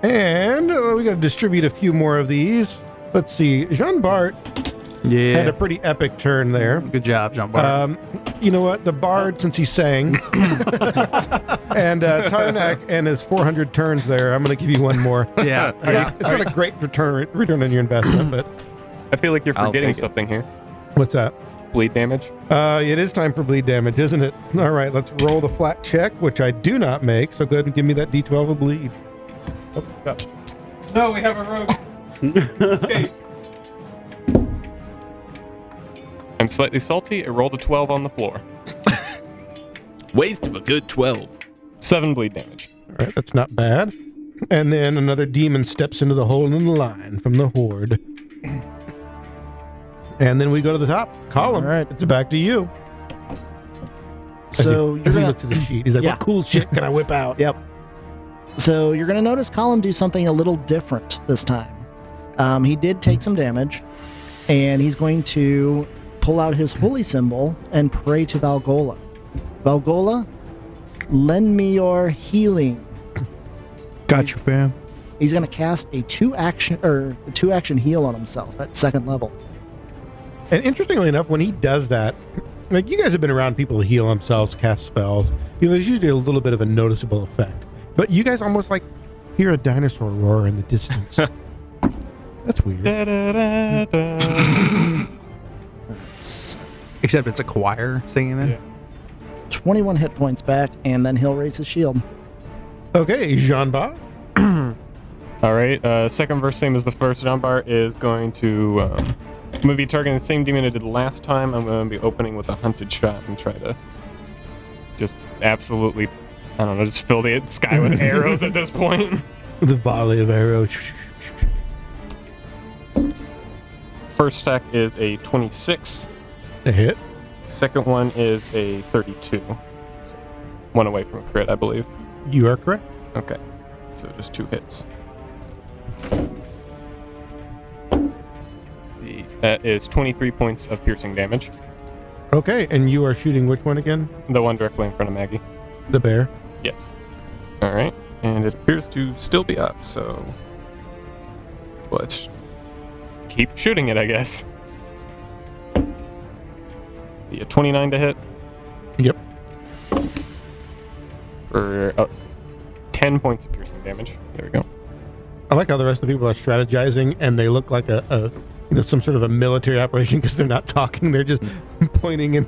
Speaker 2: And uh, we got to distribute a few more of these. Let's see. Jean Bart had a
Speaker 4: Yeah.
Speaker 2: pretty epic turn there.
Speaker 4: Good job, John Bart.
Speaker 2: Um, you know what? The bard, since he sang, and uh, Tarnak and his 400 turns there, I'm going to give you one more.
Speaker 4: yeah.
Speaker 2: I mean, it's not a great return return on your investment, but
Speaker 7: I feel like you're
Speaker 6: I'll
Speaker 7: forgetting
Speaker 6: take it.
Speaker 7: something here.
Speaker 2: what's that?
Speaker 7: Bleed damage.
Speaker 2: Uh, it is time for bleed damage, isn't it? All right, let's roll the flat check, which I do not make. So go ahead and give me that d12 of bleed.
Speaker 7: No, we have a rogue. I'm slightly salty. I rolled a 12 on the floor.
Speaker 9: Waste of a good 12.
Speaker 7: Seven bleed damage.
Speaker 2: All right, that's not bad. And then another demon steps into the hole in the line from the horde. And then we go to the top column.
Speaker 3: All right.
Speaker 2: it's back to you.
Speaker 3: So
Speaker 2: as he,
Speaker 3: you're
Speaker 2: as he
Speaker 3: gonna-
Speaker 2: looks at the sheet, he's like,
Speaker 3: Yeah.
Speaker 2: "What cool shit can I whip out?"
Speaker 3: Yep. So you're going to notice Column do something a little different this time. Um, he did take some damage, and he's going to pull out his holy symbol and pray to Valgola. Valgola, lend me your healing.
Speaker 4: Got you, fam.
Speaker 3: He's going to cast a two action or a two action heal on himself at second level.
Speaker 2: And interestingly enough, when he does that, like you guys have been around people who heal themselves, cast spells. You know, there's usually a little bit of a noticeable effect. But you guys almost like hear a dinosaur roar in the distance. That's weird.
Speaker 4: Except it's a choir singing it.
Speaker 3: 21 hit points back, and then he'll raise his shield.
Speaker 2: Okay, Jean Ba.
Speaker 7: All right. Uh, second verse, same as the first. Bar is going to. Um, I'm going to be targeting the same demon I did last time. I'm going to be opening with a hunted shot and try to just absolutely, I don't know, just fill the sky with arrows at this point.
Speaker 2: The volley of arrows.
Speaker 7: First stack is a 26.
Speaker 2: A hit.
Speaker 7: Second one is a 32. One away from a crit, I believe.
Speaker 2: You are correct.
Speaker 7: Okay. So just two hits. Let's see. That is 23 points of piercing damage.
Speaker 2: Okay, and you are shooting which one again?
Speaker 7: The one directly in front of Maggie.
Speaker 2: The bear.
Speaker 7: Yes. All right. And it appears to still be up, so let's keep shooting it, I guess. Be a 29 to hit
Speaker 2: Yep.
Speaker 7: for uh, 10 points of piercing damage. There we go.
Speaker 2: I like how the rest of the people are strategizing, and they look like a, a you know, some sort of a military operation because they're not talking; they're just pointing and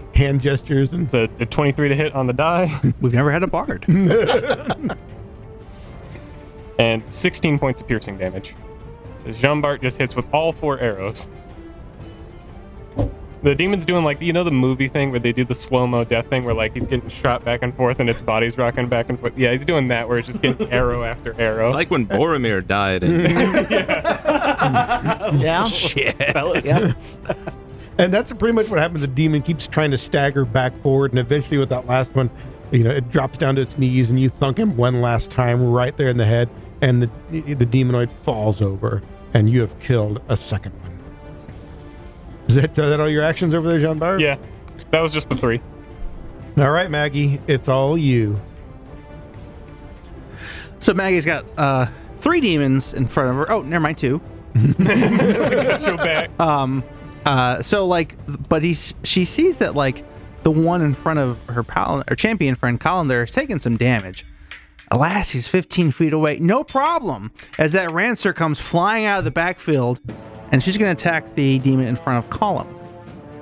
Speaker 2: hand gestures. And
Speaker 7: It's a, a 23 to hit on the die,
Speaker 4: We've never had a bard.
Speaker 7: and 16 points of piercing damage. Jean Bart just hits with all four arrows. The demon's doing like you know the movie thing where they do the slow mo death thing where like he's getting shot back and forth and its body's rocking back and forth. Yeah, he's doing that where it's just getting arrow after arrow.
Speaker 6: Like when Boromir died in
Speaker 3: Yeah.
Speaker 4: Shit.
Speaker 3: yeah.
Speaker 2: And that's pretty much what happens. The demon keeps trying to stagger back forward, and eventually, with that last one, you know, it drops down to its knees, and you thunk him one last time right there in the head, and the the demonoid falls over, and you have killed a second one. Is that, are that all your actions over there, Jean Bart?
Speaker 7: Yeah, that was just the three.
Speaker 2: All right, Maggie, it's all you.
Speaker 4: So Maggie's got uh, three demons in front of her. Oh, never mind, two.
Speaker 7: Got your back.
Speaker 4: Um, uh, so like, but he she sees that like the one in front of her pal or champion friend Colander is taking some damage. Alas, he's 15 feet away. No problem. As that Rancer comes flying out of the backfield, and she's gonna attack the demon in front of Column.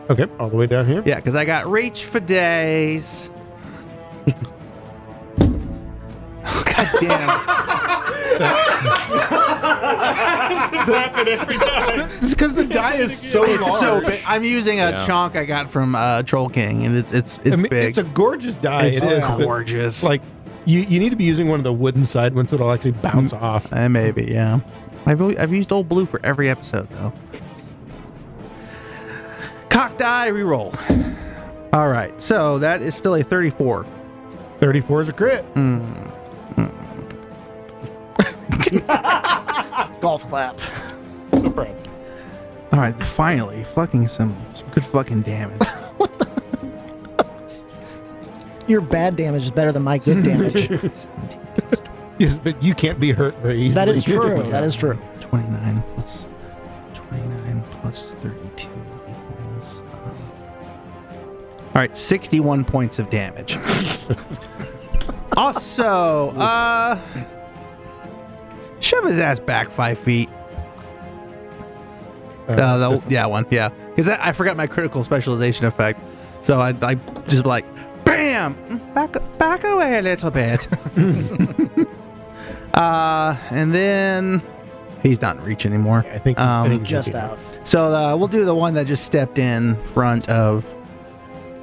Speaker 2: Okay, all the way down here.
Speaker 4: Yeah, because I got reach for days. oh, God damn.
Speaker 7: this happened every time.
Speaker 2: It's because the die is so
Speaker 4: it's
Speaker 2: large.
Speaker 4: so big. I'm using a
Speaker 6: Yeah.
Speaker 4: chonk I got from uh, Troll King, and it's it's
Speaker 2: I
Speaker 4: it's
Speaker 2: mean,
Speaker 4: big.
Speaker 2: it's a gorgeous die.
Speaker 4: It's
Speaker 2: it is, but
Speaker 4: gorgeous.
Speaker 2: Like You, you need to be using one of the wooden side ones that'll actually bounce off.
Speaker 4: Eh, maybe, yeah. I've, really, I've used old blue for every episode, though. Cocked eye reroll. All right, so that is still a 34.
Speaker 2: 34 is a crit.
Speaker 3: Golf clap.
Speaker 7: So proud.
Speaker 4: All right, finally, fucking some, some good fucking damage.
Speaker 3: Your bad damage is better than my good damage.
Speaker 2: Yes, but you can't be hurt very easily.
Speaker 3: that is true. That is true.
Speaker 4: 29 plus 29 plus 32 equals. um, All right, 61 points of damage. also, uh, shove his ass back five feet. Uh, the, yeah, one. Yeah, because I, I forgot my critical specialization effect, so I, I just like, bam, back back away a little bit. uh, and then he's not in reach anymore.
Speaker 2: I think
Speaker 4: Um,
Speaker 2: I think
Speaker 3: Just
Speaker 2: you-
Speaker 3: out.
Speaker 4: So uh, we'll do the one that just stepped in front of,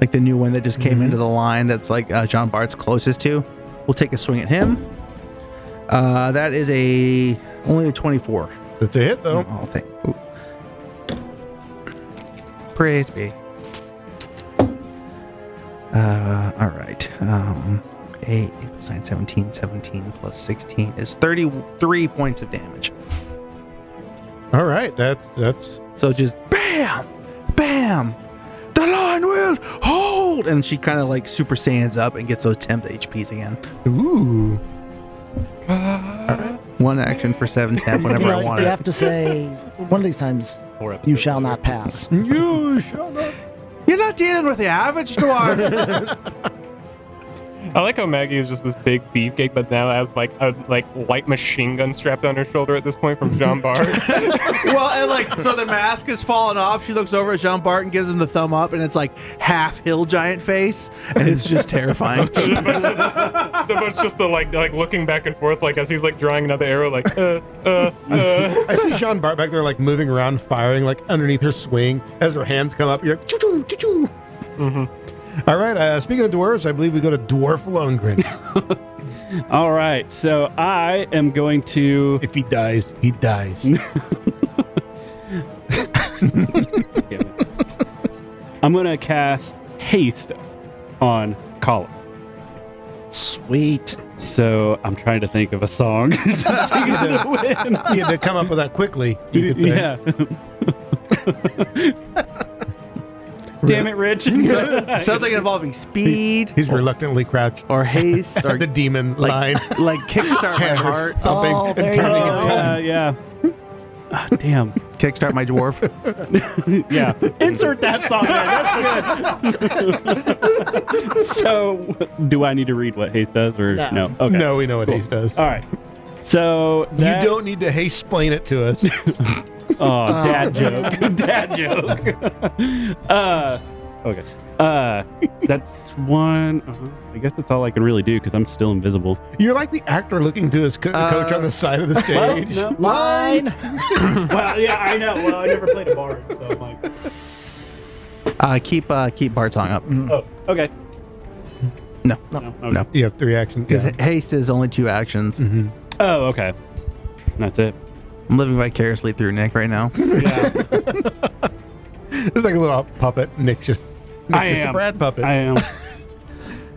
Speaker 4: like the new one that just came into the line. That's like uh, John Bart's closest to. We'll take a swing at him. Uh, that is a only a twenty-four.
Speaker 2: That's a hit though.
Speaker 4: Oh, thank. Ooh. Praise be. Uh, all right. Um, 8 equals 9, 17. 17 plus 16 is 33 points of damage.
Speaker 2: All right, that's that's
Speaker 4: So just BAM! BAM! The line will hold! And she kind of like Super Saiyans up and gets those temp HPs again.
Speaker 2: ooh.
Speaker 4: One action for 7 temp
Speaker 3: You,
Speaker 4: whenever
Speaker 3: know,
Speaker 4: I want
Speaker 3: you
Speaker 4: it.
Speaker 3: have to say one of these times
Speaker 5: Four episodes
Speaker 3: you shall
Speaker 5: later.
Speaker 3: not pass.
Speaker 2: You shut up.
Speaker 4: You're not dealing with the average dwarf!
Speaker 7: I like how Maggie is just this big beefcake, but now has like a like light machine gun strapped on her shoulder at this point from John Barr.
Speaker 4: well, and like, so the mask is falling off. She looks over at Jean Bart and gives him the thumb up, and it's like half hill giant face, and it's just terrifying.
Speaker 7: but it's just, but it's just the like like looking back and forth like as he's like drawing another arrow like uh uh uh.
Speaker 2: I see Sean Bart back there like moving around, firing like underneath her swing as her hands come up. You're like, choo-choo, choo-choo.
Speaker 7: Mhm.
Speaker 4: Mm-hmm.
Speaker 2: All right. Uh, speaking of dwarves, I believe we go to Dwarf Longren.
Speaker 5: All right, so I am going to.
Speaker 2: if he dies, he dies.
Speaker 5: Damn it. I'm gonna cast haste on Colin.
Speaker 3: Sweet.
Speaker 5: So I'm trying to think of a song to sing to win.
Speaker 2: you had to come up with that quickly. You could say.
Speaker 5: Yeah. Damn it, Rich.
Speaker 4: Something involving speed
Speaker 2: He's reluctantly crouched
Speaker 4: or haste or
Speaker 2: at the demon
Speaker 4: like-
Speaker 2: line,
Speaker 4: like kickstart my
Speaker 2: hammers
Speaker 4: heart,
Speaker 2: thumping
Speaker 3: Oh, there
Speaker 2: and
Speaker 3: you
Speaker 2: turning
Speaker 3: go.
Speaker 2: and turning.
Speaker 5: yeah, yeah. Ah, damn.
Speaker 4: kickstart my dwarf.
Speaker 5: Yeah. Insert that song. There. That's good. so, do I need to read what haste does or
Speaker 3: No.
Speaker 5: Okay.
Speaker 2: No, we know what
Speaker 5: Cool.
Speaker 2: he does.
Speaker 5: All right. So that-
Speaker 2: You don't need to haste explain it to us.
Speaker 5: Oh, dad joke. dad joke. uh, okay. Uh, that's one. Uh-huh. I guess that's all I can really do because I'm still invisible.
Speaker 2: You're like the actor looking to his co- coach
Speaker 4: Uh,
Speaker 2: on the side of the stage.
Speaker 5: no.
Speaker 3: Line.
Speaker 5: well, yeah, I know. Well, I never played a bard, so I'm like,
Speaker 4: Uh, keep uh, keep Bartong up.
Speaker 5: oh, okay.
Speaker 4: No.
Speaker 5: No. Okay.
Speaker 4: No.
Speaker 2: You have three actions.
Speaker 4: Because
Speaker 2: Yeah. Mm-hmm.
Speaker 4: haste is only two actions.
Speaker 5: Oh, okay. That's it.
Speaker 4: I'm living vicariously through Nick right now.
Speaker 5: Yeah,
Speaker 2: It's like a little puppet. Nick's just,
Speaker 5: I
Speaker 2: Nick's just a
Speaker 5: am.
Speaker 2: Brad puppet.
Speaker 5: I am.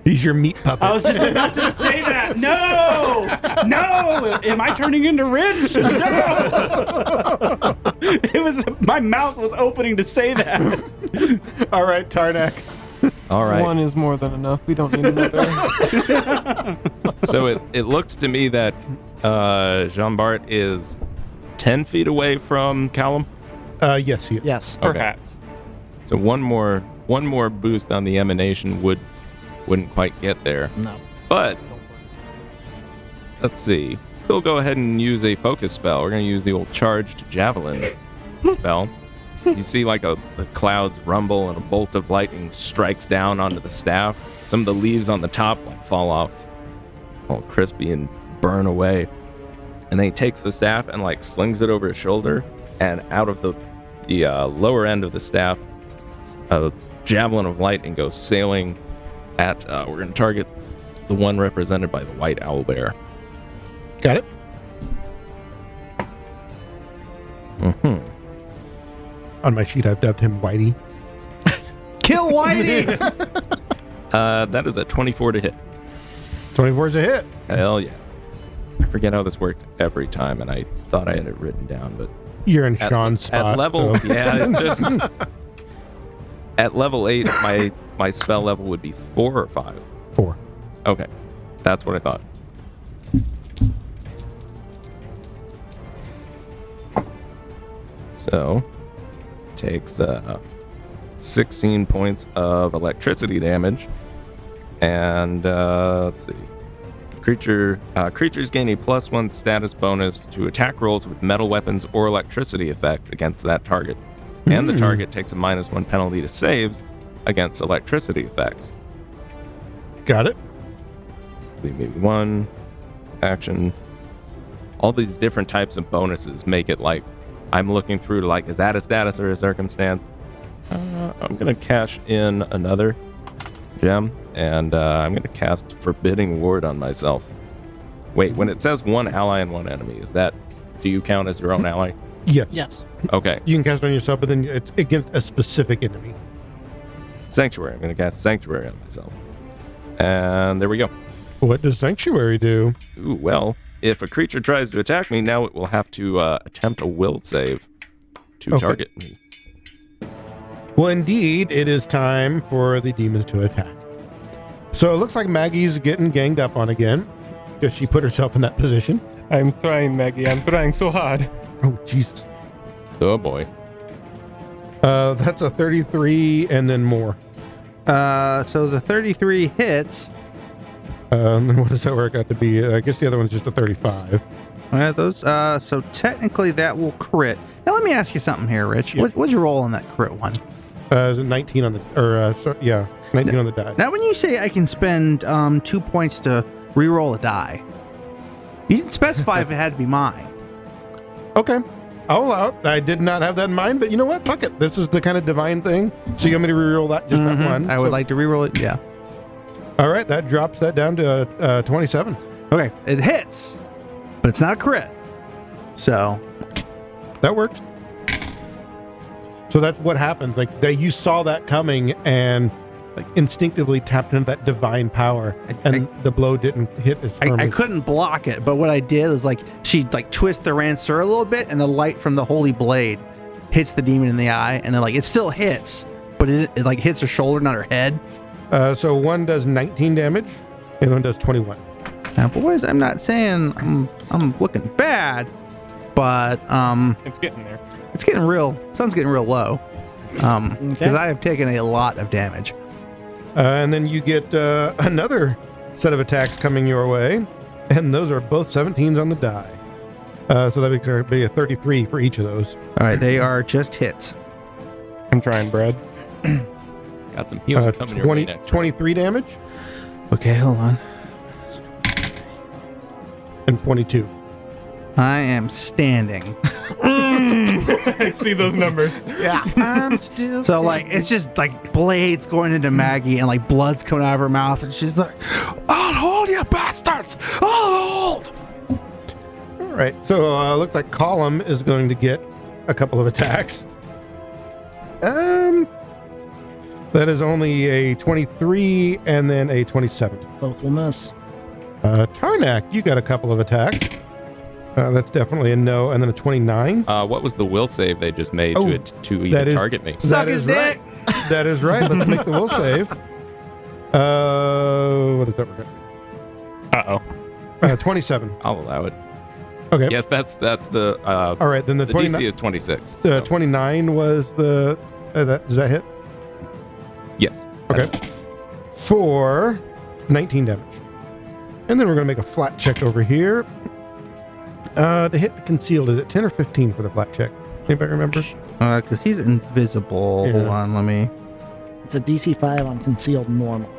Speaker 2: He's your meat puppet.
Speaker 5: I was just about to say that. No, no. Am I turning into Rich? No. It was my mouth was opening to say that.
Speaker 2: All right, Tarnak.
Speaker 6: All right.
Speaker 7: One is more than enough. We don't need another.
Speaker 6: so it, it looks to me that uh, Jean Bart is 10 feet away from Callum.
Speaker 2: Uh, yes, he is.
Speaker 3: Yes.
Speaker 7: Perhaps.
Speaker 6: So one more one more boost on the emanation would wouldn't quite get there.
Speaker 3: No.
Speaker 6: But let's see. We'll go ahead and use a focus spell. We're gonna use the old charged javelin spell. You see like a the clouds rumble and a bolt of lightning strikes down onto the staff. Some of the leaves on the top like fall off all crispy and burn away. And then he takes the staff and like slings it over his shoulder and out of the the uh, lower end of the staff a javelin of lightning goes sailing at uh, we're gonna target the one represented by the white owl bear.
Speaker 2: Got it?
Speaker 6: Mm-hmm.
Speaker 2: On my sheet, I've dubbed him Whitey.
Speaker 4: Kill Whitey!
Speaker 6: Uh, that is a 24 to hit.
Speaker 2: 24 is a hit.
Speaker 6: Hell yeah. I forget how this works every time, and I thought I had it written down, but
Speaker 2: You're in
Speaker 6: At-
Speaker 2: Sean's spot.
Speaker 6: at level
Speaker 2: so-
Speaker 6: yeah it just at level eight my my spell level would be four or five
Speaker 2: four.
Speaker 6: okay that's what i thought so takes uh 16 points of electricity damage and uh let's see Creature uh, creatures gain a plus one status bonus to attack rolls with metal weapons or electricity effects against that target, and the target takes a minus one penalty to saves against electricity effects.
Speaker 2: Got it?
Speaker 6: Leave me one action. All these different types of bonuses make it like I'm looking through to like is that a status or a circumstance? Uh, I'm gonna cash in another gem, and uh, I'm gonna cast Forbidding Ward on myself. Wait, when it says one ally and one enemy, is that do you count as your own ally?
Speaker 2: Yes.
Speaker 3: Yes.
Speaker 6: Okay,
Speaker 2: You can cast it on yourself, but then it's against a specific enemy.
Speaker 6: Sanctuary. I'm gonna cast Sanctuary on myself, and there we go.
Speaker 2: What does Sanctuary do?
Speaker 6: Ooh, well, if a creature tries to attack me, now it will have to uh, attempt a will save to
Speaker 2: Okay.
Speaker 6: target me.
Speaker 2: Well, indeed, it is time for the demons to attack. So it looks like Maggie's getting ganged up on again because she put herself in that position.
Speaker 7: I'm trying, Maggie. I'm trying so hard.
Speaker 2: Oh, Jesus.
Speaker 6: Oh boy.
Speaker 2: Uh, that's a 33 and then more.
Speaker 4: uh, so the 33 hits.
Speaker 2: Um, and what does that work out to be? I guess the other one's just a 35.
Speaker 4: All right, those. Uh, so technically that will crit. Now let me ask you something here, Rich. What, what's your roll on that crit one?
Speaker 2: Uh, is it 19 on the, or, uh, so, yeah, 19 on the die.
Speaker 4: Now, when you say I can spend um, two points to re-roll a die, you didn't specify if it had to be mine.
Speaker 2: Okay. I'll allow it. I did not have that in mind, but you know what? Fuck it. This is the kind of divine thing. So you want me to reroll that just that
Speaker 4: Mhm.
Speaker 2: one?
Speaker 4: I would
Speaker 2: So-
Speaker 4: like to re-roll it. Yeah.
Speaker 2: All right, that drops that down to uh, uh, 27.
Speaker 4: Okay, it hits, but it's not a crit. So
Speaker 2: That works. So that's what happens. Like they, you saw that coming and like instinctively tapped into that divine power,
Speaker 4: I-
Speaker 2: and the blow didn't hit as
Speaker 4: I,
Speaker 2: firmly.
Speaker 4: I couldn't block it, but what I did is like she like twists the rancor a little bit, and the light from the holy blade hits the demon in the eye, and then like it still hits, but it, it like hits her shoulder, not her head.
Speaker 2: uh, so one does 19 damage, and one does Uh, 21.
Speaker 4: Now, boys, I'm not saying I'm I'm looking bad, but um,
Speaker 7: It's getting there.
Speaker 4: it's getting real. Sun's getting real low. Um,
Speaker 3: Okay.
Speaker 4: because I have taken a lot of damage.
Speaker 2: Uh, and then you get uh, another set of attacks coming your way, and those are both 17s on the die. Uh, so that would be a 33 for each of those.
Speaker 4: All right, they are just hits.
Speaker 7: I'm trying, Brad.
Speaker 6: Got some healing
Speaker 2: Uh,
Speaker 6: coming your
Speaker 2: 20,
Speaker 6: way next.
Speaker 2: 23 damage
Speaker 4: Okay, hold on.
Speaker 2: and 22.
Speaker 4: I am standing.
Speaker 7: I
Speaker 4: Mm.
Speaker 7: see those numbers.
Speaker 3: Yeah.
Speaker 2: I'm still
Speaker 4: So like it's just like blades going into Maggie and like blood's coming out of her mouth and she's like, "I'll hold you bastards! I'll hold!"
Speaker 2: All right. So uh, looks like Column is going to get a couple of attacks. Um, that is only a 23 and then a 27.
Speaker 3: Both will miss.
Speaker 2: Uh, Tarnak, you got a couple of attacks. Uh, that's definitely a no, and then a 29.
Speaker 6: Uh, what was the will save they just made
Speaker 2: Oh,
Speaker 6: to it, to
Speaker 2: that
Speaker 6: even
Speaker 2: is-
Speaker 6: target me?
Speaker 4: Suck
Speaker 2: That
Speaker 4: his
Speaker 2: is right. That is right. Let's make the will save. Uh, what is that? work
Speaker 7: Uh oh.
Speaker 2: at? Uh, 27.
Speaker 6: I'll allow it.
Speaker 2: Okay.
Speaker 6: Yes, that's that's the uh,
Speaker 2: All right. Then the,
Speaker 6: the
Speaker 2: 29,
Speaker 6: DC is 26.
Speaker 2: uh, 29 was the. Uh, that, does that hit?
Speaker 6: Yes.
Speaker 2: Okay. For 19 damage. And then we're going to make a flat check over here. Uh, to hit the concealed, is it 10 or 15 for the flat check? Anybody remember?
Speaker 4: Uh, cause he's invisible. Hold
Speaker 2: Yeah.
Speaker 4: on, let me.
Speaker 3: It's a DC five on concealed normal.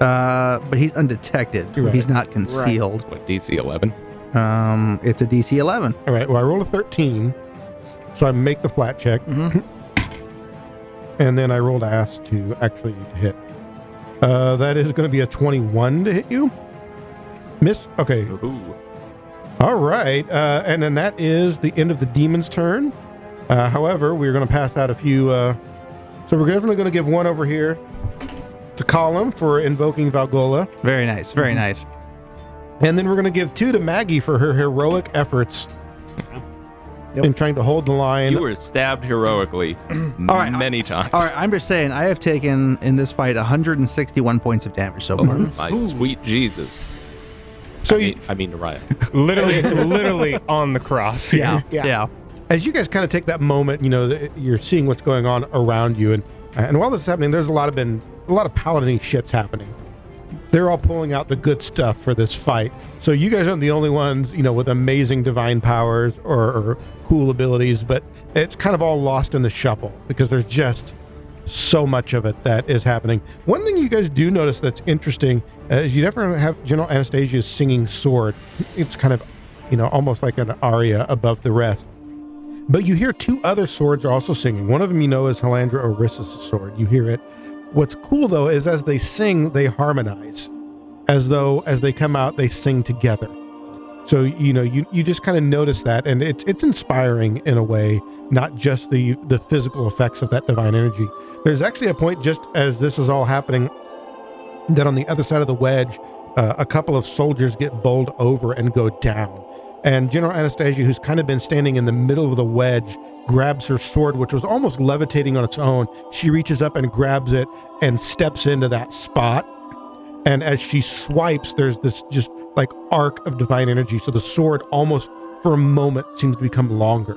Speaker 4: Uh, but he's undetected.
Speaker 2: You're right.
Speaker 4: He's not concealed.
Speaker 6: What DC 11?
Speaker 4: Um, it's a DC 11.
Speaker 2: All right, well, I rolled a 13, so I make the flat check,
Speaker 3: Mm-hmm.
Speaker 2: and then I rolled ass to actually hit. Uh, that is going to be a 21 to hit you. Miss. Okay.
Speaker 6: Ooh.
Speaker 2: All right. Uh, and then that is the end of the demon's turn. Uh, however, we're going to pass out a few. Uh, so we're definitely going to give one over here to Column for invoking Valgola.
Speaker 4: Very nice. Very nice.
Speaker 2: And then we're going to give two to Maggie for her heroic efforts
Speaker 3: Yep.
Speaker 2: in trying to hold the line.
Speaker 6: You were stabbed heroically
Speaker 4: right,
Speaker 6: many times.
Speaker 4: All right, I'm just saying, I have taken in this fight 161 points of damage so far.
Speaker 6: My sweet Jesus.
Speaker 2: so
Speaker 6: I
Speaker 2: you,
Speaker 6: mean, I mean Uriah.
Speaker 7: Literally, literally on the cross. here.
Speaker 4: Yeah,
Speaker 3: Yeah.
Speaker 4: yeah.
Speaker 2: as you guys kind of take that moment, you know, that you're seeing what's going on around you, and and while this is happening, there's a lot of been a lot of paladin shits happening. They're all pulling out the good stuff for this fight. So you guys aren't the only ones, you know, with amazing divine powers or, or cool abilities, but it's kind of all lost in the shuffle because there's just so much of it that is happening. One thing you guys do notice that's interesting uh, is you never have General Anastasia's singing sword. It's kind of, you know, almost like an aria above the rest. But you hear two other swords are also singing. One of them you know is Helandra Orissa's sword. You hear it. What's cool though is as they sing, they harmonize. As though as they come out, they sing together. So you know, you, you just kind of notice that and it's it's inspiring in a way, not just the the physical effects of that divine energy. There's actually a point just as this is all happening that on the other side of the wedge, uh, a couple of soldiers get bowled over and go down. And General Anastasia, who's kind of been standing in the middle of the wedge, grabs her sword, which was almost levitating on its own. She reaches up and grabs it and steps into that spot. And as she swipes, there's this just like arc of divine energy. So the sword almost for a moment seems to become longer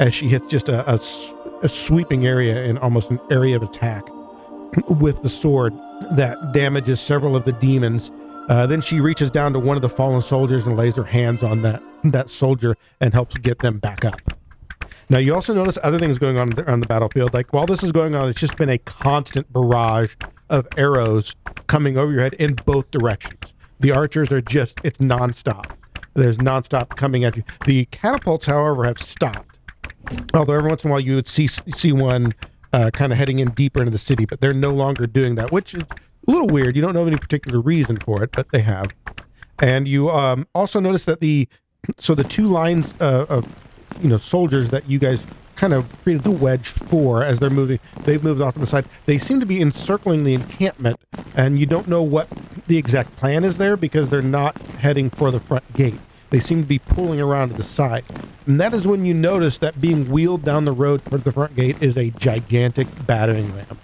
Speaker 2: as she hits just a, a s- a sweeping area and almost an area of attack with the sword that damages several of the demons. Uh, then she reaches down to one of the fallen soldiers and lays her hands on that that soldier and helps get them back up. Now you also notice other things going on there on the battlefield. Like while this is going on, it's just been a constant barrage of arrows coming over your head in both directions. The archers are just it's nonstop. There's nonstop coming at you. The catapults, however, have stopped. Although every once in a while you would see see one uh, kind of heading in deeper into the city, but they're no longer doing that, which is a little weird. You don't know of any particular reason for it, but they have. And you um, also notice that the so the two lines uh, of you know soldiers that you guys kind of created the wedge for as they're moving, they've moved off to the side. They seem to be encircling the encampment, and you don't know what the exact plan is there because they're not heading for the front gate. They seem to be pulling around to the side. And that is when you notice that being wheeled down the road toward the front gate is a gigantic battering ram.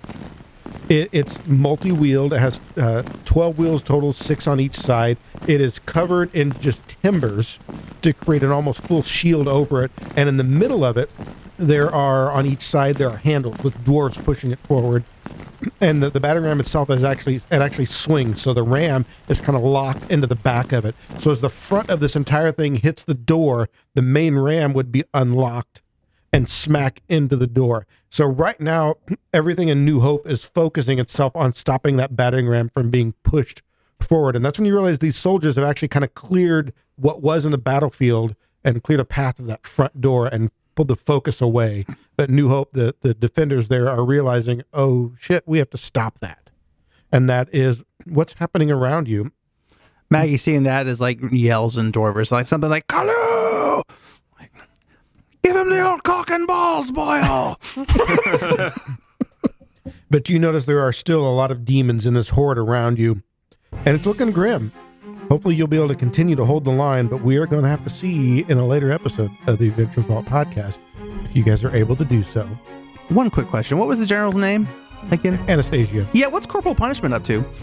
Speaker 2: It, it's multi-wheeled. It has uh, 12 wheels total, six on each side. It is covered in just timbers to create an almost full shield over it. And in the middle of it, there are on each side there are handles with dwarves pushing it forward. And the, the battering ram itself is actually it actually swings, so the ram is kind of locked into the back of it. So as the front of this entire thing hits the door, the main ram would be unlocked and smack into the door. So right now, everything in New Hope is focusing itself on stopping that battering ram from being pushed forward. And that's when you realize these soldiers have actually kind of cleared what was in the battlefield and cleared a path to that front door and pulled the focus away. But New Hope, the, the defenders there are realizing, oh shit, we have to stop that. And that is what's happening around you.
Speaker 4: Maggie seeing that is like yells and Dorvers like something like "Kalu!" Like, Give him the old cock and balls, boy!
Speaker 2: But you notice there are still a lot of demons in this horde around you. And it's looking grim. Hopefully, you'll be able to continue to hold the line, but we are going to have to see in a later episode of the Adventure Vault podcast if you guys are able to do so.
Speaker 4: One quick question: What was the general's name again?
Speaker 2: Anastasia.
Speaker 4: Yeah, what's corporal punishment up to?